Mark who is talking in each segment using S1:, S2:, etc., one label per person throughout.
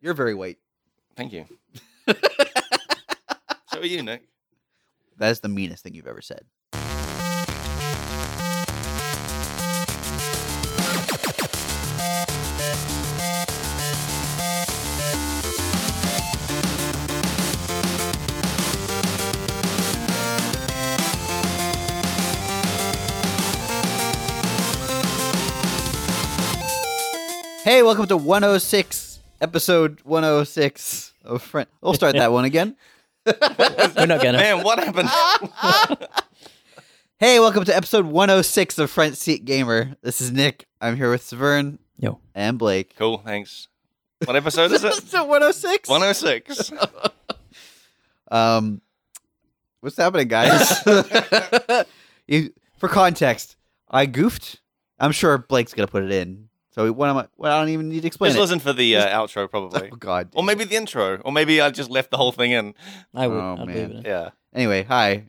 S1: You're very white.
S2: Thank you. so are you, Nick?
S1: That is the meanest thing you've ever said. Hey, welcome to 106, episode 106 of Friend. We'll start that one again.
S3: We're not gonna.
S2: Man, what happened?
S1: Hey, welcome to episode 106 of Front Seat Gamer. This is Nick. I'm here with Severn
S3: Yo,
S1: and Blake.
S2: cool, thanks. What episode is it?
S1: 106?
S2: 106. oh-
S1: Um, what's happening, guys? you, for context, I goofed. I'm sure Blake's gonna put it in. So what am I? Well, I don't even need to explain
S2: Just
S1: it.
S2: listen for the uh, outro, probably.
S1: Oh God.
S2: Or maybe the intro. Or maybe I just left the whole thing in.
S3: I would.
S1: Oh, man.
S3: I'd leave it in.
S2: Yeah,
S1: Anyway, hi.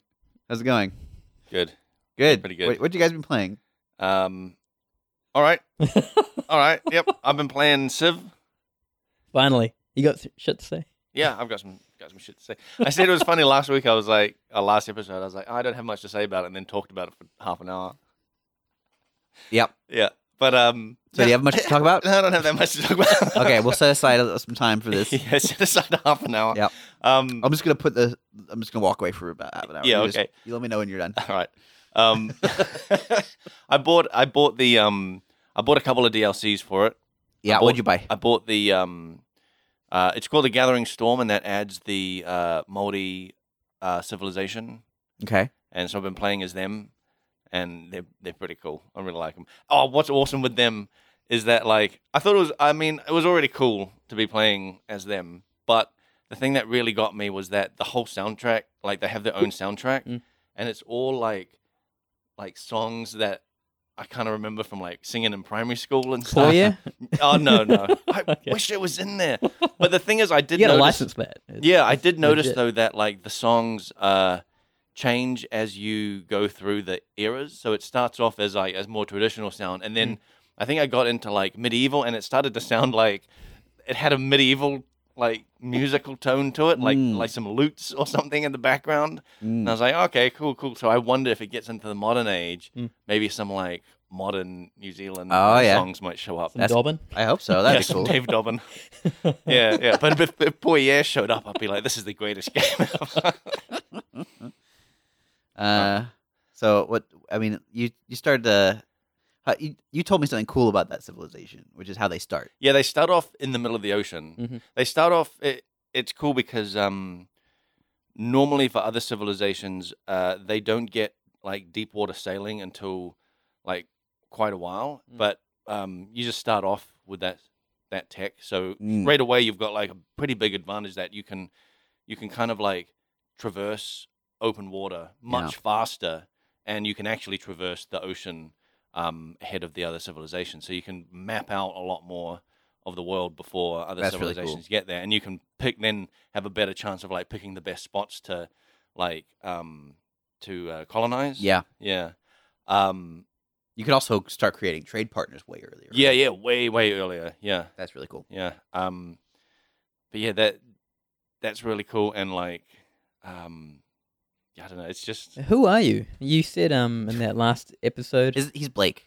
S1: How's it going?
S2: good.
S1: Good.
S2: Pretty good.
S1: What, what you guys been playing?
S2: Um, all right. All right. Yep. I've been playing Civ.
S3: Finally, you got th- shit to say.
S2: Yeah, I've got some got some shit to say. I said it was funny last week. I was like, uh, last episode, I was like, I don't have much to say about it, and then talked about it for half an hour.
S1: Yep.
S2: Yeah, but um,
S1: So do you have much to talk about?
S2: No, I don't have that much to talk about.
S1: Okay, we'll set aside some time for this.
S2: yeah, set aside half an hour.
S1: Yep.
S2: Um,
S1: I'm just gonna put the. I'm just gonna walk away for about half an hour.
S2: Yeah,
S1: You just-
S2: okay.
S1: you let me know when you're done.
S2: all right. Um, I bought I bought the um I bought a couple of DLCs for it.
S1: Yeah.
S2: bought-
S1: What'd you buy?
S2: I bought the um uh it's called the Gathering Storm, and that adds the uh multi uh civilization
S1: Okay.
S2: and so I've been playing as them, and they're they're pretty cool. I really like them. Oh, what's awesome with them is that like I thought it was. I mean, it was already cool to be playing as them, but the thing that really got me was that the whole soundtrack, like they have their own soundtrack,
S3: Mm.
S2: and it's all like like songs that. I kind of remember from like singing in primary school and stuff.
S3: Oh yeah,
S2: Oh no, no! I
S3: Okay.
S2: wish it was in there. But the thing is, I did
S3: you got to
S2: notice-
S3: license that. It's-
S2: yeah, I did
S3: it's
S2: notice
S3: legit.
S2: though that like the songs uh change as you go through the eras. So it starts off as like as more traditional sound, and
S1: Mm.
S2: then I think I got into like medieval, and it started to sound like it had a medieval like musical tone to it, like
S1: Mm.
S2: like some lutes or something in the background.
S1: Mm.
S2: And I was like, okay, cool, cool. So I wonder if it gets into the modern age,
S3: Mm.
S2: maybe some like modern New Zealand
S1: Oh, yeah.
S2: songs might show up.
S3: Some Dobbin.
S1: I hope so. That'd
S2: Yes,
S1: be cool.
S2: Dave Dobbin. yeah, yeah. But if, if Poirier showed up, I'd be like, this is the greatest game ever.
S1: Uh, so what? I mean, you you started to. how- You, you told me something cool about that civilization, which is how they start.
S2: yeah, they start off in the middle of the ocean.
S3: Mhm.
S2: They start off, it, it's cool because um, normally for other civilizations, uh, they don't get like deep water sailing until like quite a while.
S3: Mm.
S2: But um, you just start off with that that tech. So right away you've got like a pretty big advantage that you can you can kind of like traverse open water much faster and you can actually traverse the ocean um, ahead of the other civilization so you can map out a lot more of the world before other
S1: That's really
S2: civilizations get there and you can pick then have a better chance of like picking the best spots to like um to uh, colonize
S1: Yeah,
S2: yeah um
S1: you could also start creating trade partners way earlier.
S2: yeah yeah way way earlier yeah
S1: that's really cool.
S2: yeah um but yeah that that's really cool and like um yeah, i don't know it's just
S3: Who are you? You said um in that last episode.
S1: Is, he's Blake.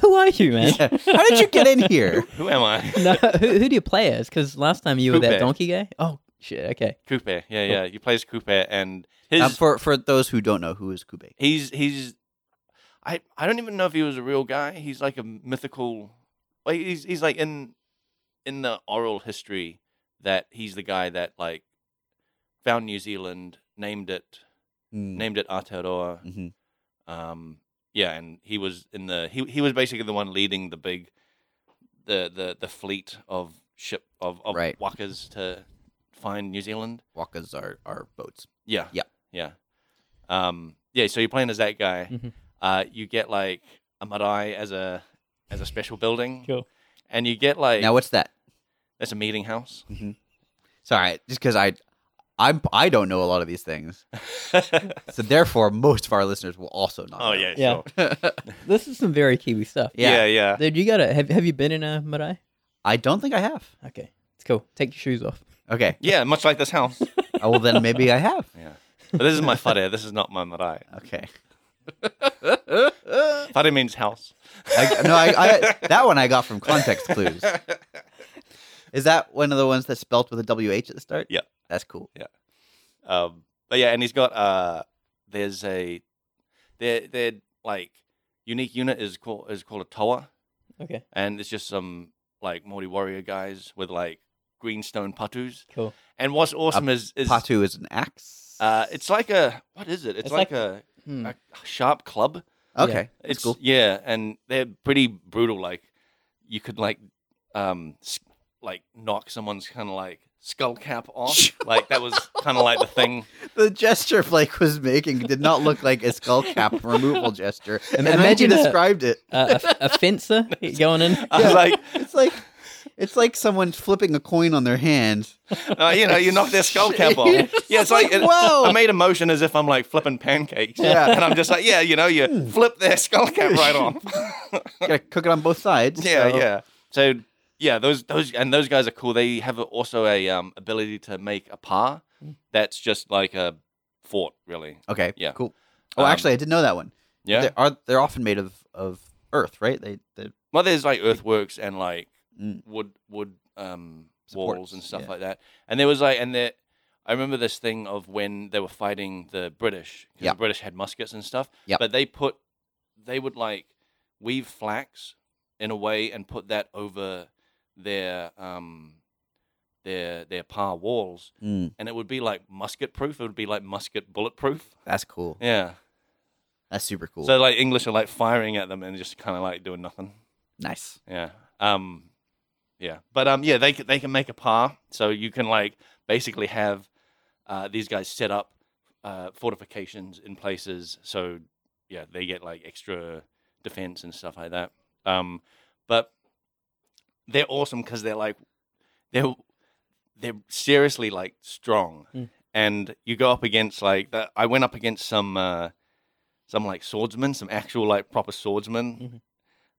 S3: who are you, man?
S1: Yeah. How did you get in here?
S2: who am i
S3: no, who, who do you play as? Because last time you were
S2: Coupe.
S3: that donkey guy. Oh shit. Okay.
S2: coupe yeah yeah you plays coupe and his
S1: Um, for for those who don't know, who is Kube?
S2: he's he's i i don't even know if he was a real guy he's like a mythical like he's he's like in in the oral history that he's the guy that like found new zealand named it
S1: Mm.
S2: named it Aotearoa.
S1: Mhm.
S2: Um, yeah, and he was in the he he was basically the one leading the big the the the fleet of ship of of
S1: Right.
S2: wakas to find New Zealand.
S1: Wakas are are boats.
S2: Yeah,
S1: Yeah.
S2: yeah, um, yeah. So you're playing as that guy.
S3: Mhm.
S2: Uh, you get like a marae as a as a special building,
S3: Cool.
S2: and you get like
S1: Now what's that?
S2: that's a meeting house.
S1: Sorry, just because I I'm I don't know a lot of these things, so therefore most of our listeners will also not.
S2: oh
S1: know.
S2: yeah,
S3: Yeah.
S2: sure.
S3: This is some very Kiwi stuff.
S1: Yeah.
S2: yeah, yeah.
S3: Dude, you gotta have. Have you been in a marae?
S1: I don't think I have.
S3: Okay. It's Cool. Take your shoes off.
S1: Okay.
S2: Yeah, much like this house.
S1: Oh, well, then maybe I have.
S2: Yeah. But this is my whare. This is not my marae.
S1: Okay.
S2: Whare means house.
S1: I, no, I, I that one I got from context clues. Is that one of the ones that's spelt with a WH at the start?
S2: Yeah.
S1: That's cool.
S2: Um, but yeah, and he's got uh, there's a their their like unique unit is called is called a toa,
S3: Okay.
S2: and it's just some like Maori warrior guys with like greenstone patus.
S3: Cool.
S2: And what's awesome is is
S1: Patu is an axe.
S2: uh, it's like a what is it? It's,
S3: It's
S2: like,
S3: like-
S2: a,
S3: Hmm.
S2: a sharp club.
S1: okay.
S3: yeah.
S1: That's
S2: it's
S1: cool.
S2: yeah, and they're pretty brutal. Like you could like um s- like knock someone's kind of like skull cap off. like that was kind of like the thing.
S1: The gesture Flake was making did not look like a skull cap removal gesture. And then you
S3: imagine a-
S1: described it.
S3: Uh, a, a fencer going in.
S2: I was
S1: Yeah.
S2: like,
S1: It's like it's like someone flipping a coin on their hand.
S2: uh, you know, you knock their skull cap off. Yeah, it's like it,
S1: Whoa.
S2: I made a motion as if I'm like flipping pancakes.
S1: Yeah.
S2: and I'm just like, yeah, you know, you flip their skull cap right off.
S1: Gotta cook it on both sides.
S2: Yeah,
S1: so-
S2: yeah. So yeah, those those and those guys are cool. They have a, also a um, ability to make a par that's just like a fort, really.
S1: Okay.
S2: Yeah.
S1: Cool. Oh,
S2: Um,
S1: actually, I did know that one.
S2: Yeah.
S1: They are they're often made of of earth, right? They they
S2: well, there's like earthworks and like
S1: Mm.
S2: wood wood um,
S1: Supports,
S2: walls and stuff
S1: yeah.
S2: like that. And there was like and there, I remember this thing of when they were fighting the British. 'cause
S1: Yeah.
S2: The British had muskets and stuff.
S1: Yeah.
S2: But they put they would like weave flax in a way and put that over their um their their par walls
S1: Mm.
S2: and it would be like musket proof. It would be like musket bullet proof.
S1: that's cool.
S2: Yeah.
S1: That's super cool.
S2: So like English are like firing at them and just kind of like doing nothing.
S1: nice.
S2: Yeah. Um. Yeah. But um. Yeah. They c- they can make a par. So you can like basically have uh, these guys set up uh, fortifications in places. So yeah, they get like extra defense and stuff like that. Um. But they're awesome because they're like they're they're seriously like strong.
S3: Mm.
S2: And you go up against like the, I went up against some uh, some like swordsmen, some actual like proper swordsmen,
S3: Mhm.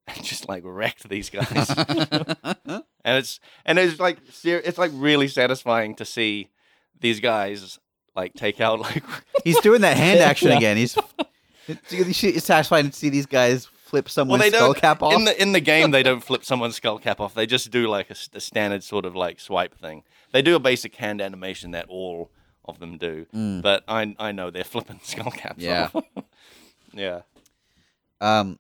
S2: and just like wrecked these guys. and it's and it's like ser- it's like really satisfying to see these guys like take out like
S1: He's doing that hand action
S3: Yeah.
S1: again. He's it's, it's satisfying to see these guys flip someone's
S2: they
S1: skull
S2: don't-
S1: cap off.
S2: in the in the game they don't flip someone's skull cap off. They just do like a, s- a standard sort of like swipe thing. They do a basic hand animation that all of them do,
S1: Mm.
S2: but I I know they're flipping skull caps
S1: Yeah.
S2: off. yeah.
S1: Um.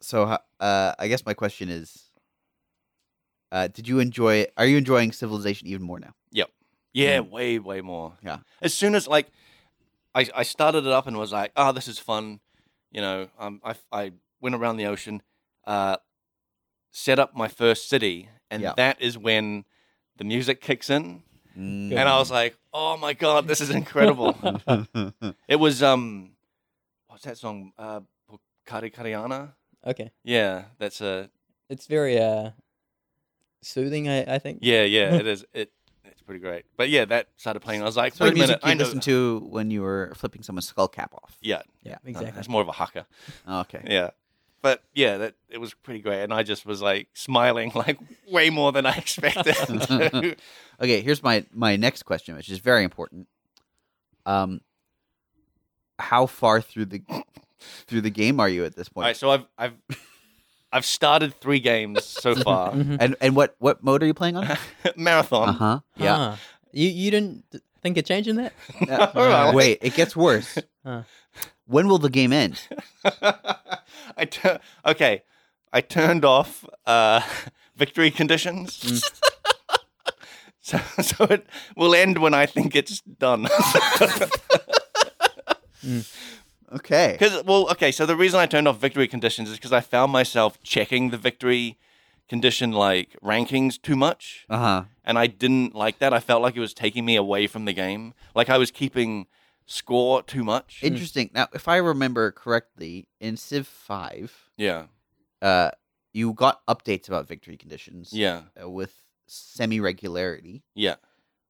S1: So, ho- uh, I guess my question is, uh, did you enjoy? Are you enjoying Civilization even more now?
S2: Yeah, way, way more.
S1: Yeah.
S2: As soon as like, I, I started it up and was like, oh, this is fun. You know, um, I, I went around the ocean, uh, set up my first city, and
S1: Yeah.
S2: that is when the music kicks in,
S1: Mm.
S2: and I was like, oh my god, this is incredible. it was um, what's that song? Uh, Kari Kariana.
S3: Okay.
S2: Yeah, that's a
S3: It's very uh, soothing. I, I think.
S2: yeah, yeah. It is it. It's pretty great. But yeah, that started playing. I was like,
S1: It's
S2: wait
S1: the
S2: a
S1: music
S2: minute,
S1: you
S2: I know.
S1: listened to when you were flipping someone's skull cap off.
S2: yeah,
S3: Yeah.
S2: no,
S3: Exactly.
S2: That's more of a haka.
S1: Okay.
S2: Yeah. But yeah, that it was pretty great, and I just was like smiling like way more than I expected. to.
S1: Okay. Here's my my next question, which is very important. Um, how far through the through the game are you at this
S2: All
S1: point?
S2: right, so I've I've I've started three games so far.
S3: Mhm.
S1: And and what what mode are you playing on?
S2: Marathon.
S1: Uh huh. Yeah.
S3: Ah. You you didn't th- think of changing that?
S1: Uh,
S2: All right.
S1: Wait, it gets worse.
S3: Huh.
S1: When will the game end?
S2: I tu- okay, I turned off uh, victory conditions. So, so it will end when I think it's done.
S1: Okay.
S2: Because well, okay. So the reason I turned off victory conditions is because I found myself checking the victory condition like rankings too much,
S1: Uh huh.
S2: and I didn't like that. I felt like it was taking me away from the game. Like I was keeping score too much.
S1: Interesting. Now, if I remember correctly, in Civ Five,
S2: yeah,
S1: uh, you got updates about victory conditions.
S2: yeah,
S1: uh, With semi regularity,
S2: yeah.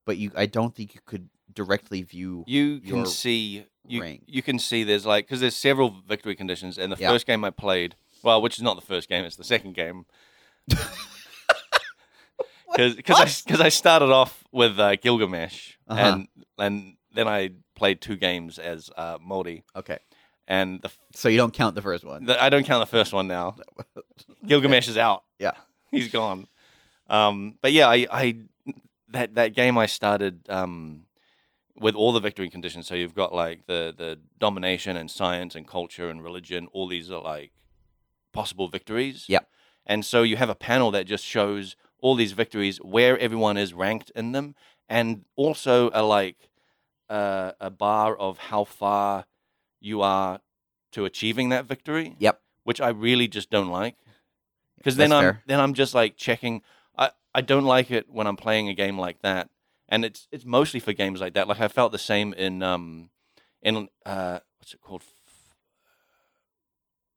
S1: but you, I don't think you could directly view.
S2: You can
S1: Your
S2: see you
S1: rank.
S2: you can see there's like because there's several victory conditions, and the
S1: Yeah.
S2: first game I played, well, which is not the first game, it's the second game. because because I, started off with uh, Gilgamesh
S1: Uh-huh.
S2: and and then I played two games as uh, Moldy
S1: Okay.
S2: and the, f-
S1: So you don't count the first one.
S2: the I don't count the first one now. Gilgamesh is out.
S1: Yeah.
S2: he's gone. Um, but yeah, I, I that that game I started um, with all the victory conditions. So you've got like the the domination and science and culture and religion. All these are like possible victories.
S1: Yep.
S2: And so you have a panel that just shows all these victories, where everyone is ranked in them, and also a like uh, a bar of how far you are to achieving that victory.
S1: Yep.
S2: Which I really just don't like because then
S1: That's
S2: I'm
S1: fair.
S2: then I'm just like checking. I I don't like it when I'm playing a game like that, and it's it's mostly for games like that. Like I felt the same in um in uh what's it called.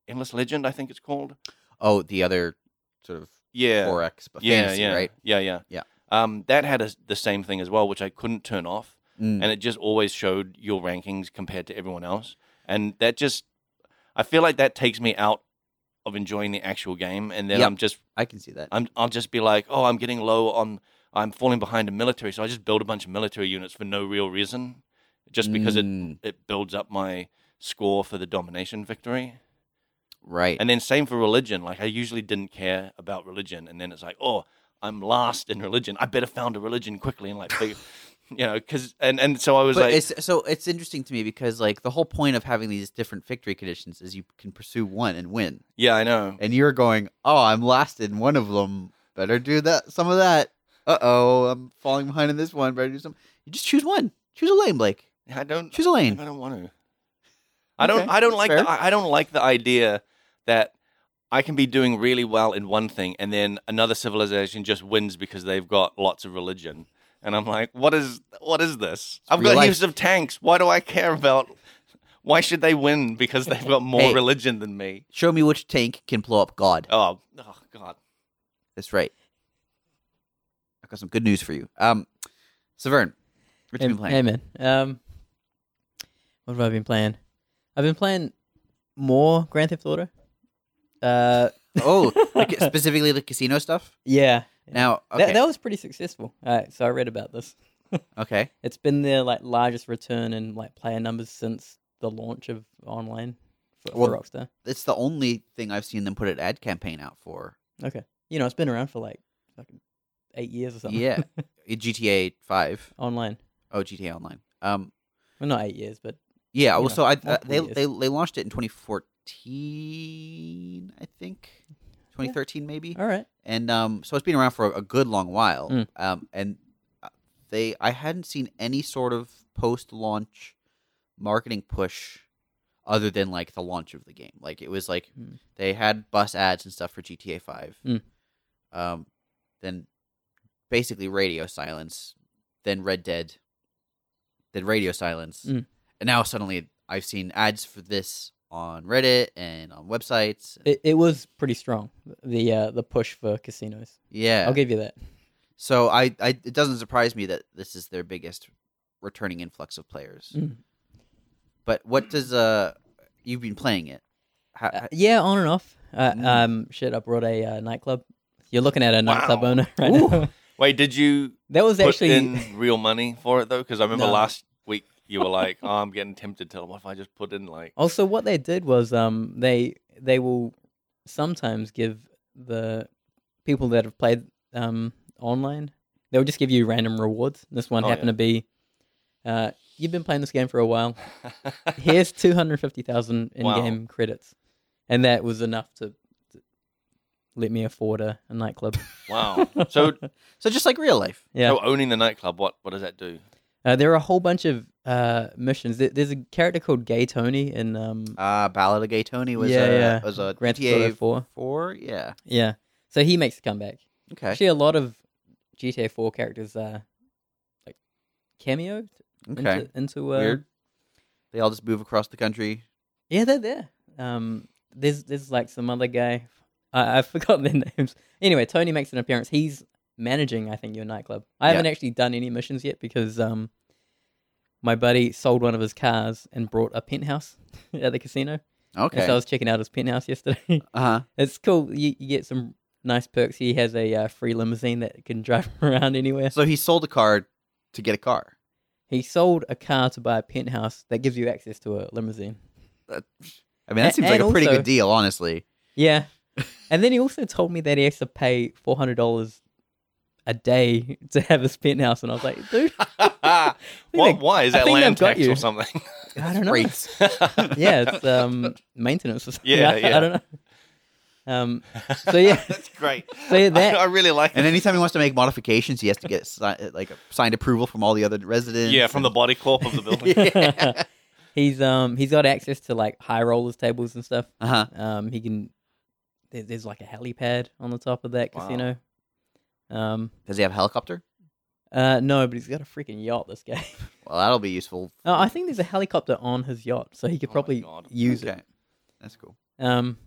S2: Endless Legend, I think it's called.
S1: Oh, the other sort of
S2: Yeah,
S1: 4X, but
S2: yeah,
S1: fantasy,
S2: yeah,
S1: right?
S2: Yeah, yeah,
S1: Yeah.
S2: Um, that had a, the same thing as well, which I couldn't turn off,
S1: Mm.
S2: and it just always showed your rankings compared to everyone else, and that just, I feel like that takes me out of enjoying the actual game, and then
S1: Yep.
S2: I'm just,
S1: I can see that.
S2: I'm, I'll just be like, oh, I'm getting low on, I'm falling behind in military, so I just build a bunch of military units for no real reason, just because
S1: Mm.
S2: it it builds up my score for the domination victory.
S1: Right.
S2: And then same for religion. Like I usually didn't care about religion, and then it's like, oh, I'm last in religion. I better found a religion quickly and like, figure, you know, because and and so I was
S1: but
S2: like,
S1: it's so it's interesting to me because like the whole point of having these different victory conditions is you can pursue one and win.
S2: yeah, I know.
S1: And you're going, "Oh, I'm last in one of them. Better do that some of that. Uh-oh, I'm falling behind in this one. Better do some." You just choose one. Choose a lane, Blake.
S2: I don't.
S1: Choose a
S2: I
S1: lane.
S2: don't want to. I don't.
S1: Okay,
S2: I don't
S1: that's
S2: like.
S1: fair.
S2: The, I I don't like the idea that I can be doing really well in one thing, and then another civilization just wins because they've got lots of religion. And I'm like, what is what is this? I've
S1: real
S2: got
S1: life.
S2: heaps of tanks. Why do I care about? Why should they win because they've got more
S1: Hey.
S2: religion than me?
S1: Show me which tank can blow up God.
S2: Oh, oh God.
S1: That's right. I've got some good news for you. Um, Severn, what you
S3: Hey-
S1: been playing?
S3: Hey man, um, what have I been playing? I've been playing more Grand Theft Auto. Uh,
S1: Oh, like, specifically the casino stuff.
S3: yeah.
S1: Now, okay,
S3: That, that was pretty successful. Uh, so I read about this.
S1: okay,
S3: It's been their like largest return in like player numbers since the launch of online for, for
S1: Well-
S3: Rockstar.
S1: it's the only thing I've seen them put an ad campaign out for.
S3: Okay, you know it's been around for like fucking eight years or something.
S1: Yeah, GTA Five.
S3: online.
S1: Oh, GTA Online. Um,
S3: Well, not eight years, but
S1: yeah. Well,
S3: Yeah,
S1: so I uh,
S3: multiple
S1: they
S3: years.
S1: they they launched it in 2014, I think, 2013 maybe.
S3: all right.
S1: and um, so it's been around for a, a good long while.
S3: Mm.
S1: Um, and uh, they, I hadn't seen any sort of post-launch marketing push other than like the launch of the game. Like it was like
S3: Mm.
S1: they had bus ads and stuff for GTA Five.
S3: Mm.
S1: Um, then basically radio silence, then Red Dead, then radio silence,
S3: Mm.
S1: and now suddenly I've seen ads for this on Reddit and on websites.
S3: It, it was pretty strong. The uh, the push for casinos.
S1: yeah,
S3: I'll give you that.
S2: Uh,
S1: So I, I it doesn't surprise me that this is their biggest returning influx of players.
S3: Mm.
S1: But what does uh you've been playing it? How,
S3: Uh, yeah, on and off. Uh,
S1: Mm.
S3: Um, shit, I brought a uh, nightclub. You're looking at a nightclub
S2: Wow.
S3: owner right
S2: Ooh.
S3: now.
S2: Wait, did you
S3: That was
S2: put
S3: actually
S2: in real money for it though? Because I remember
S3: No.
S2: last week you were like, oh, I'm getting tempted to. What if I just put in like?
S3: also what they did was um they they will sometimes give the people that have played um online they'll just give you random rewards. This one
S2: Oh,
S3: happened
S2: yeah.
S3: to be uh you've been playing this game for a while. Here's two hundred fifty thousand in
S2: Wow.
S3: game credits, and that was enough to. to Let me afford a, a nightclub.
S2: wow. So
S1: so just like real life.
S3: Yeah,
S2: So owning the nightclub, what what does that do?
S3: Uh, there are a whole bunch of uh, missions. There, there's a character called Gay Tony in um,
S1: Uh Ballad of Gay Tony was
S3: Yeah,
S1: a,
S3: yeah.
S1: was a
S3: Grand Theft Auto
S1: GTA
S3: 4.
S1: four, yeah.
S3: Yeah, so he makes a comeback.
S1: Okay.
S3: Actually, a lot of GTA 4 characters are like cameoed
S1: okay.
S3: into, into uh,
S1: Weird. They all just move across the country.
S3: Yeah, they're there. Um, there's there's like some other guy. I I forgot their names. Anyway, Tony makes an appearance. He's managing, I think, your nightclub. I
S1: Yeah.
S3: haven't actually done any missions yet because um, my buddy sold one of his cars and brought a penthouse at the casino. And
S1: Okay.
S3: so I was checking out his penthouse yesterday.
S1: uh huh.
S3: it's cool. You, you get some nice perks. He has a uh, free limousine that can drive around anywhere.
S1: So he sold a car to get a car.
S3: He sold a car to buy a penthouse that gives you access to a limousine.
S1: I mean, that
S3: A-
S1: seems like
S3: and
S1: a pretty
S3: also-
S1: good deal, honestly.
S3: Yeah. and then he also told me that he has to pay four hundred dollars a day to have his penthouse, and I was like, dude,
S2: what,
S3: think-
S2: why is
S3: I
S2: that
S3: think
S2: land
S3: I've got
S2: tax
S3: you.
S2: or something?
S3: I don't know.
S1: Rates.
S3: Yeah, it's um maintenance or something.
S2: Yeah,
S3: I, I
S2: yeah.
S3: don't know. Um. So yeah.
S2: that's great.
S3: So yeah, that-
S2: I, I really like
S1: And
S2: it.
S1: anytime he wants to make modifications, he has to get si- like signed approval from all the other residents.
S2: Yeah, from the body corp of the building.
S3: he's um he's got access to like high rollers tables and stuff.
S1: Uh huh.
S3: Um, he can. There, there's like a helipad on the top of that
S2: Wow.
S3: casino. Um,
S1: Does he have a helicopter?
S3: uh, no, but he's got a freaking yacht. This guy.
S1: Well, that'll be useful.
S3: Oh, I think there's a helicopter on his yacht, so he could
S2: Oh my
S3: probably
S2: God.
S3: use
S1: Okay. That's cool.
S3: it. Um,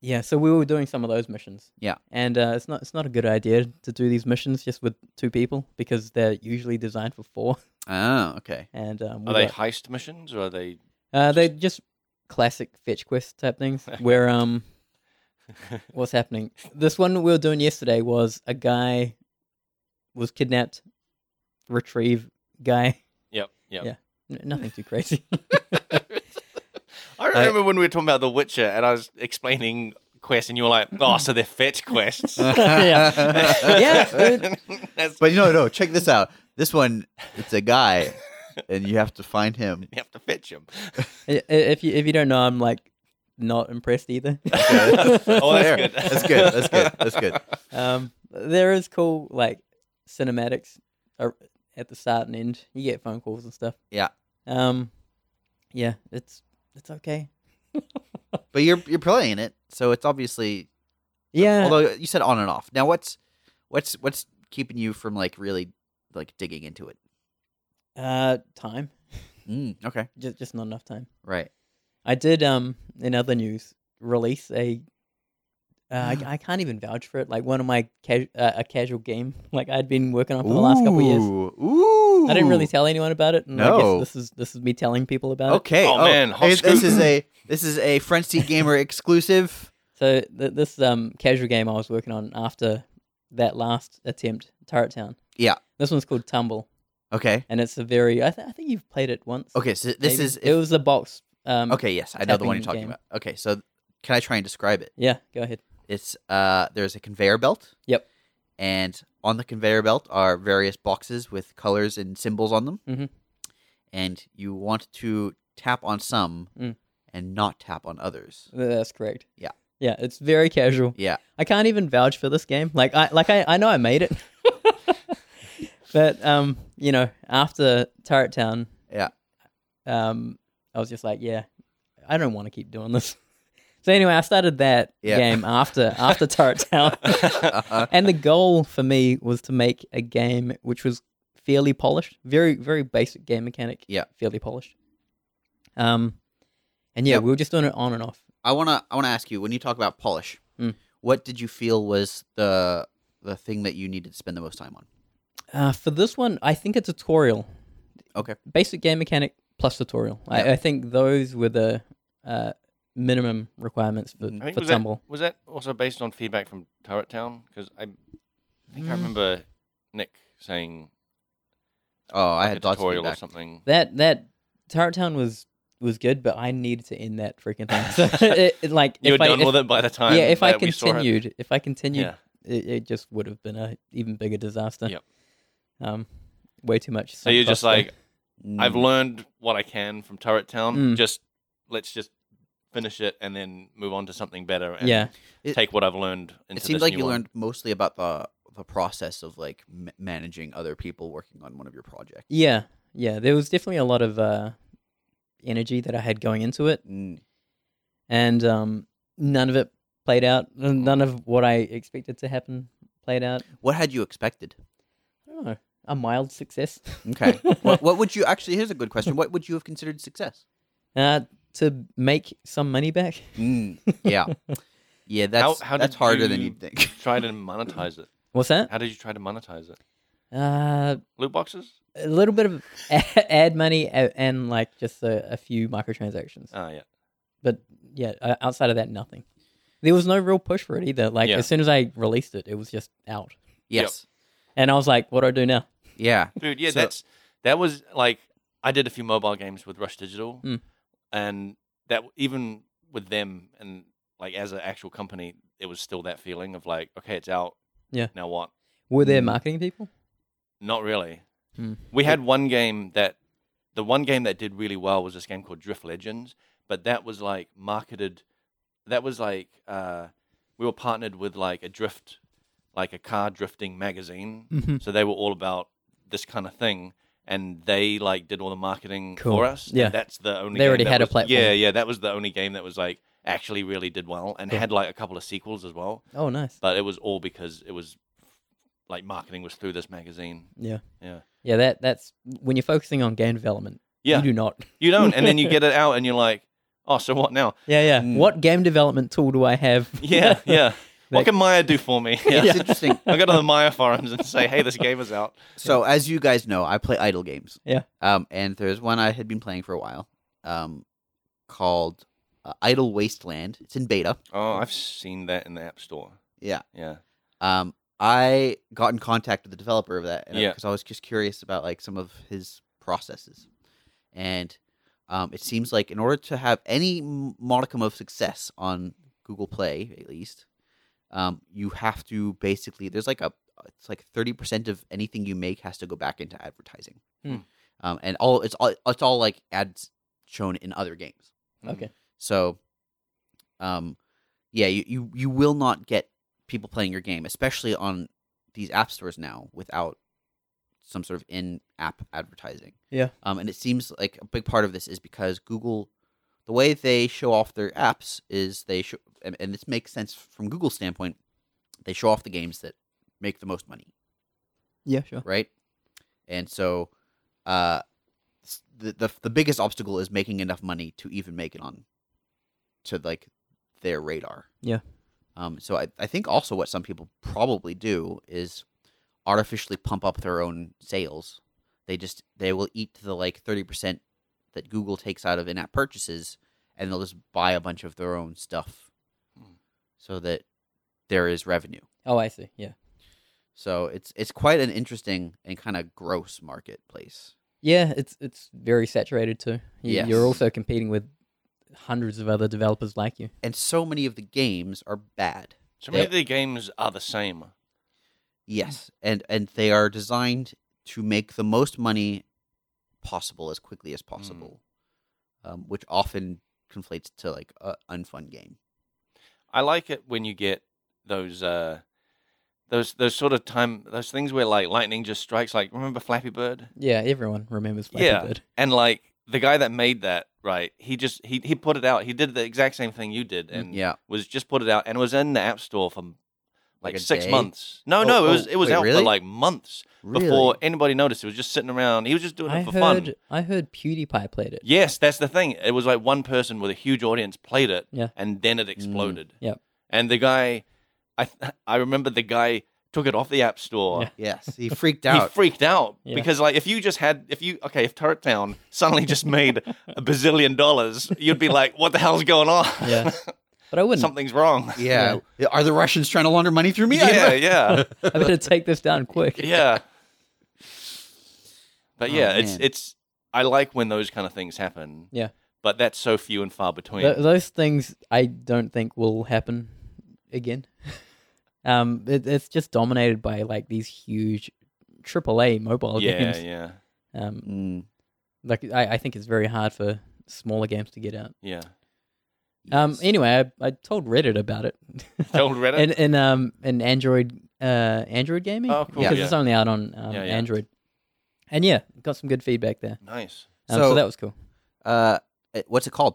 S3: yeah. So we were doing some of those missions.
S1: Yeah.
S3: And uh, it's not it's not a good idea to do these missions just with two people because they're usually designed for four.
S1: Oh, okay.
S3: And um, we
S2: Are they
S3: got-
S2: heist missions or are they?
S3: uh, they just classic fetch quest type things where um what's happening this one we were doing yesterday was a guy was kidnapped retrieve guy
S2: Yep, yep.
S3: Yeah. N- nothing too crazy
S2: I remember when we were talking about The Witcher, and I was explaining quests, and you were like, "Oh, so they're fetch quests."
S3: Yeah. Yeah, dude.
S2: That's-
S1: But no, no. Check this out. This one, it's a guy, and you have to find him.
S2: you have to fetch them.
S3: I- i- if you if you don't know i'm like not impressed either
S2: oh, that's
S1: There.
S2: good.
S1: That's good. That's good. That's good.
S3: um there is cool like cinematics ar- at the start and end you get phone calls and stuff
S1: Yeah.
S3: um yeah it's it's okay
S1: But you're you're playing it, so it's obviously.
S3: yeah
S1: Although you said on and off. Now, what's what's what's keeping you from like really like digging into it?
S3: uh time
S1: Mm, okay.
S3: just just not enough time
S1: Right.
S3: I did um in other news release a uh, I, I can't even vouch for it like one of my ca- uh, a casual game like I'd been working on for the last couple of years.
S1: Ooh, Ooh.
S3: I didn't really tell anyone about it. And I
S1: No.
S3: guess this is this is me telling people about it.
S1: Okay.
S2: Oh, man, hot
S1: Hey, this
S2: scoop.
S1: is a this is a French Sea Gamer exclusive.
S3: So th- this um casual game I was working on after that last attempt, Turret Town.
S1: Yeah.
S3: This one's called Tumble,
S1: Okay.
S3: and it's a very I, th- I think you've played it once.
S1: Okay. So this
S3: maybe.
S1: is
S3: it was a box. Um,
S1: okay. Yes, I know the one
S3: tapping
S1: you're talking
S3: game.
S1: about. Okay. So can I try and describe it?
S3: Yeah, go ahead.
S1: It's uh, there's a conveyor belt.
S3: Yep.
S1: And on the conveyor belt are various boxes with colors and symbols on them.
S3: Mhm.
S1: And you want to tap on some
S3: Mm.
S1: and not tap on others.
S3: Th- That's correct.
S1: Yeah.
S3: Yeah, it's very casual.
S1: Yeah.
S3: I can't even vouch for this game. Like I like I, I know I made it. but um, you know, after Turret Town,
S1: Yeah.
S3: um, I was just like, yeah, I don't want to keep doing this. So anyway, I started that
S1: Yeah.
S3: game after after Turret Town.
S1: Uh-huh.
S3: and the goal for me was to make a game which was fairly polished, very very basic game mechanic.
S1: Yeah.
S3: fairly polished. Um, and yeah,
S1: Yep.
S3: we were just doing it on and off.
S1: I wanna I wanna ask you when you talk about polish,
S3: Mm.
S1: what did you feel was the the thing that you needed to spend the most time on?
S3: Uh, for this one, I think a tutorial.
S1: Okay.
S3: Basic game mechanic plus tutorial. I,
S1: Yeah.
S3: I think those were the uh, minimum requirements for,
S2: I think
S3: for
S2: was that-
S3: Tumble.
S2: Was that also based on feedback from Turret Town? Because I think
S3: Mm.
S2: I remember Nick saying
S1: Oh, I
S2: a
S1: had lots of
S2: tutorial or
S1: feedback.
S2: something.
S3: That that Turret Town was was good, but I needed to end that freaking thing. So it, it, like
S2: You were
S3: if I,
S2: done
S3: if-
S2: with it by the time.
S3: yeah, if I
S2: that we saw it.
S3: continued, if I continued,
S2: yeah,
S3: it, it just would have been a even bigger disaster.
S2: Yep.
S3: Um, way too much.
S2: so you're
S3: sunk
S2: just
S3: cost there.
S2: like, I've learned what I can from Turret Town.
S3: Mm.
S2: Just let's just finish it and then move on to something better. And
S3: yeah,
S1: It-
S2: take what I've learned. Into
S1: it seems
S2: this
S1: like
S2: new
S1: you
S2: one.
S1: learned mostly about the the process of like m- managing other people working on one of your projects.
S3: yeah, yeah. There was definitely a lot of uh, energy that I had going into it.
S1: Mm.
S3: and um, none of it played out. n-
S2: Oh.
S3: None of what I expected to happen played out.
S1: What had you expected?
S3: I
S2: Oh.
S3: don't know, a mild success.
S1: Okay. what, what would you actually? Here's a good question. What would you have considered success?
S3: uh, to make some money back.
S1: Mm. Yeah, yeah. That's
S2: how
S1: that's
S2: did
S1: harder than
S2: you-
S1: you'd think.
S2: try to monetize it.
S3: What's that?
S2: How did you try to monetize it?
S3: Uh,
S2: Loot boxes?
S3: a little bit of a- ad money a- and like just a, a few microtransactions.
S2: Oh yeah.
S3: But yeah, o- outside of that, nothing. There was no real push for it either. Like
S2: Yeah.
S3: as soon as I released it, it was just out,
S1: Yes.
S3: and I was like, "What do I do now?"
S1: Yeah.
S2: dude. Yeah,
S1: So-
S2: that's that was like I did a few mobile games with Rush Digital,
S3: Mm.
S2: and that even with them and like as an actual company, it was still that feeling of like, okay, it's out.
S3: Yeah.
S2: Now what?
S3: Were there
S2: Hmm.
S1: Mm.
S3: marketing people?
S2: Not really.
S3: Mm.
S2: We had one game that the one game that did really well was this game called Drift Legends, but that was like marketed. That was like uh, we were partnered with like a drift, like a car drifting magazine.
S3: Mm-hmm.
S2: So they were all about this kind of thing, and they like did all the marketing
S3: Cool.
S2: for us. and
S3: Yeah.
S2: that's the only.
S3: They
S2: game
S3: already
S2: that
S3: had a
S2: was-
S3: platform.
S2: Yeah, yeah, that was the only game that was like actually really did well and had like a couple of sequels as well.
S3: Oh, nice.
S2: But it was all because it was like marketing was through this magazine.
S3: Yeah,
S2: Yeah,
S3: yeah. That that's when you're focusing on game development.
S2: yeah.
S3: you do not.
S2: You don't, and then you get it out, and you're like, oh, so what now?
S3: Yeah, yeah.
S1: Mm.
S3: What game development tool do I have?
S2: Yeah, yeah.
S3: Like-
S2: What can Maya do for me? Yeah.
S1: It's interesting.
S2: I go to the Maya forums and say, hey, this game is out.
S1: So as you guys know, I play idle games.
S3: Yeah.
S1: Um, and there's one I had been playing for a while, um, called uh, Idle Wasteland. It's in beta.
S2: Oh, I've seen that in the App Store.
S1: Yeah.
S2: Yeah.
S1: Um, I got in contact with the developer of that,
S2: Yeah.
S1: because I was just curious about like some of his processes, and um, it seems like in order to have any m- modicum of success on Google Play, at least, um, you have to basically there's like a it's like thirty percent of anything you make has to go back into advertising,
S3: Hmm.
S1: um, and all it's all it's all like ads shown in other games.
S3: Okay.
S1: So, um, yeah, you, you you will not get people playing your game, especially on these app stores now, without some sort of in-app advertising.
S3: Yeah.
S1: Um, and it seems like a big part of this is because Google, the way they show off their apps is they show, and, and this makes sense from Google's standpoint, they show off the games that make the most money
S3: Yeah, sure.
S1: right? And so, uh, s- the the the biggest obstacle is making enough money to even make it on to like their radar.
S3: Yeah.
S1: Um. So I I think also what some people probably do is artificially pump up their own sales. They just they will eat the like thirty percent that Google takes out of in app purchases, and they'll just buy a bunch of their own stuff,
S2: Hmm.
S1: so that there is revenue.
S3: Oh, I see. Yeah,
S1: So it's it's quite an interesting and kind of gross marketplace.
S3: yeah. It's it's very saturated too. You,
S1: Yes.
S3: You're also competing with hundreds of other developers like you.
S1: And so many of the games are bad.
S2: So many
S1: They-
S2: of the games are the same. Mm.
S1: Yes, and and they are designed to make the most money possible as quickly
S2: Mm.
S1: as possible, um, which often conflates to like a unfun game.
S2: I like it when you get those uh those those sort of time those things where like lightning just strikes like remember Flappy Bird?
S3: Yeah, everyone remembers Flappy
S2: Yeah.
S3: Bird.
S2: And like the guy that made that, right, he just he he put it out. He did the exact same thing you did and
S1: Mm, Yeah,
S2: was just put it out and it was in the app store for
S1: Like
S2: like,
S1: a
S2: six
S1: day?
S2: months. No,
S1: Oh,
S2: no, it was
S1: oh,
S2: it was
S1: wait,
S2: out
S1: really?
S2: for like months
S1: really.
S2: before anybody noticed. It was just sitting around. He was just doing
S3: I
S2: it for
S3: heard
S2: fun.
S3: I heard PewDiePie played it.
S2: Yes, that's the thing. It was like one person with a huge audience played it,
S3: Yeah.
S2: and then it exploded.
S3: Yep.
S2: And the guy, I th- I remember the guy took it off the app store.
S3: Yeah.
S1: yes, he freaked
S2: He
S1: out.
S2: freaked out
S3: Yeah.
S2: because like if you just had if you okay if Turret Town suddenly just made a bazillion dollars, you'd be like, what the hell's going on?
S3: Yeah, but I wouldn't.
S2: something's wrong.
S1: yeah. are the Russians trying to launder money through me?
S2: yeah, yeah.
S3: I better take this down quick.
S2: yeah. But
S1: Oh,
S2: yeah, it's
S1: man.
S2: it's I like when those kind of things happen.
S3: Yeah.
S2: But that's so few and far between.
S3: Th- those things I don't think will happen again. um, it, it's just dominated by like these huge AAA mobile
S2: yeah,
S3: games.
S2: yeah,
S3: Um,
S1: Mm,
S3: like I, I think it's very hard for smaller games to get out.
S2: yeah.
S3: Um,
S1: yes.
S3: anyway, I, I told Reddit about it.
S2: Told Reddit.
S3: in in um in Android uh Android gaming.
S2: Oh, cool,
S3: Because
S2: yeah.
S3: it's only out on um,
S2: Yeah, yeah.
S3: Android. And yeah, got some good feedback there.
S2: nice.
S3: Um, so,
S1: So-
S3: that was cool.
S1: uh, it- what's it called?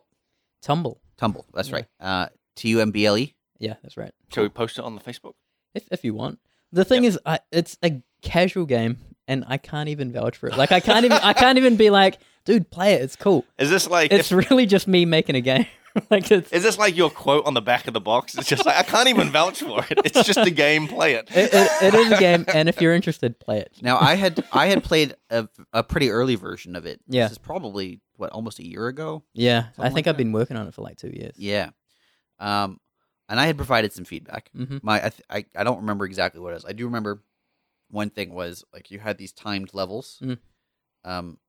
S3: Tumble.
S1: Tumble. That's
S3: Yeah.
S1: right. Uh, T U M B L E.
S3: Yeah, that's right.
S2: Shall we post it on the Facebook?
S3: If if you want. The thing is, I, it's a casual game, and I can't even vouch for it. Like I can't even I can't even be like, dude, play it. It's cool.
S2: Is this like
S3: It's
S2: if,
S3: really just me making a game. like it's
S2: is this like your quote on the back of the box? It's just like I can't even vouch for it. It's just a game. Play it.
S3: it, it, it is a game, and if you're interested, play it.
S1: Now I had I had played a, a pretty early version of it.
S3: Yeah.
S1: This is probably what almost a year ago.
S3: Yeah, I
S1: Something
S3: think
S1: like
S3: I've been working on it for like two years.
S1: Yeah. Um and I had provided some feedback.
S3: Mm-hmm.
S1: My I, th- I I don't remember exactly what it was. I do remember one thing was like you had these timed levels,
S3: Mhm.
S1: um,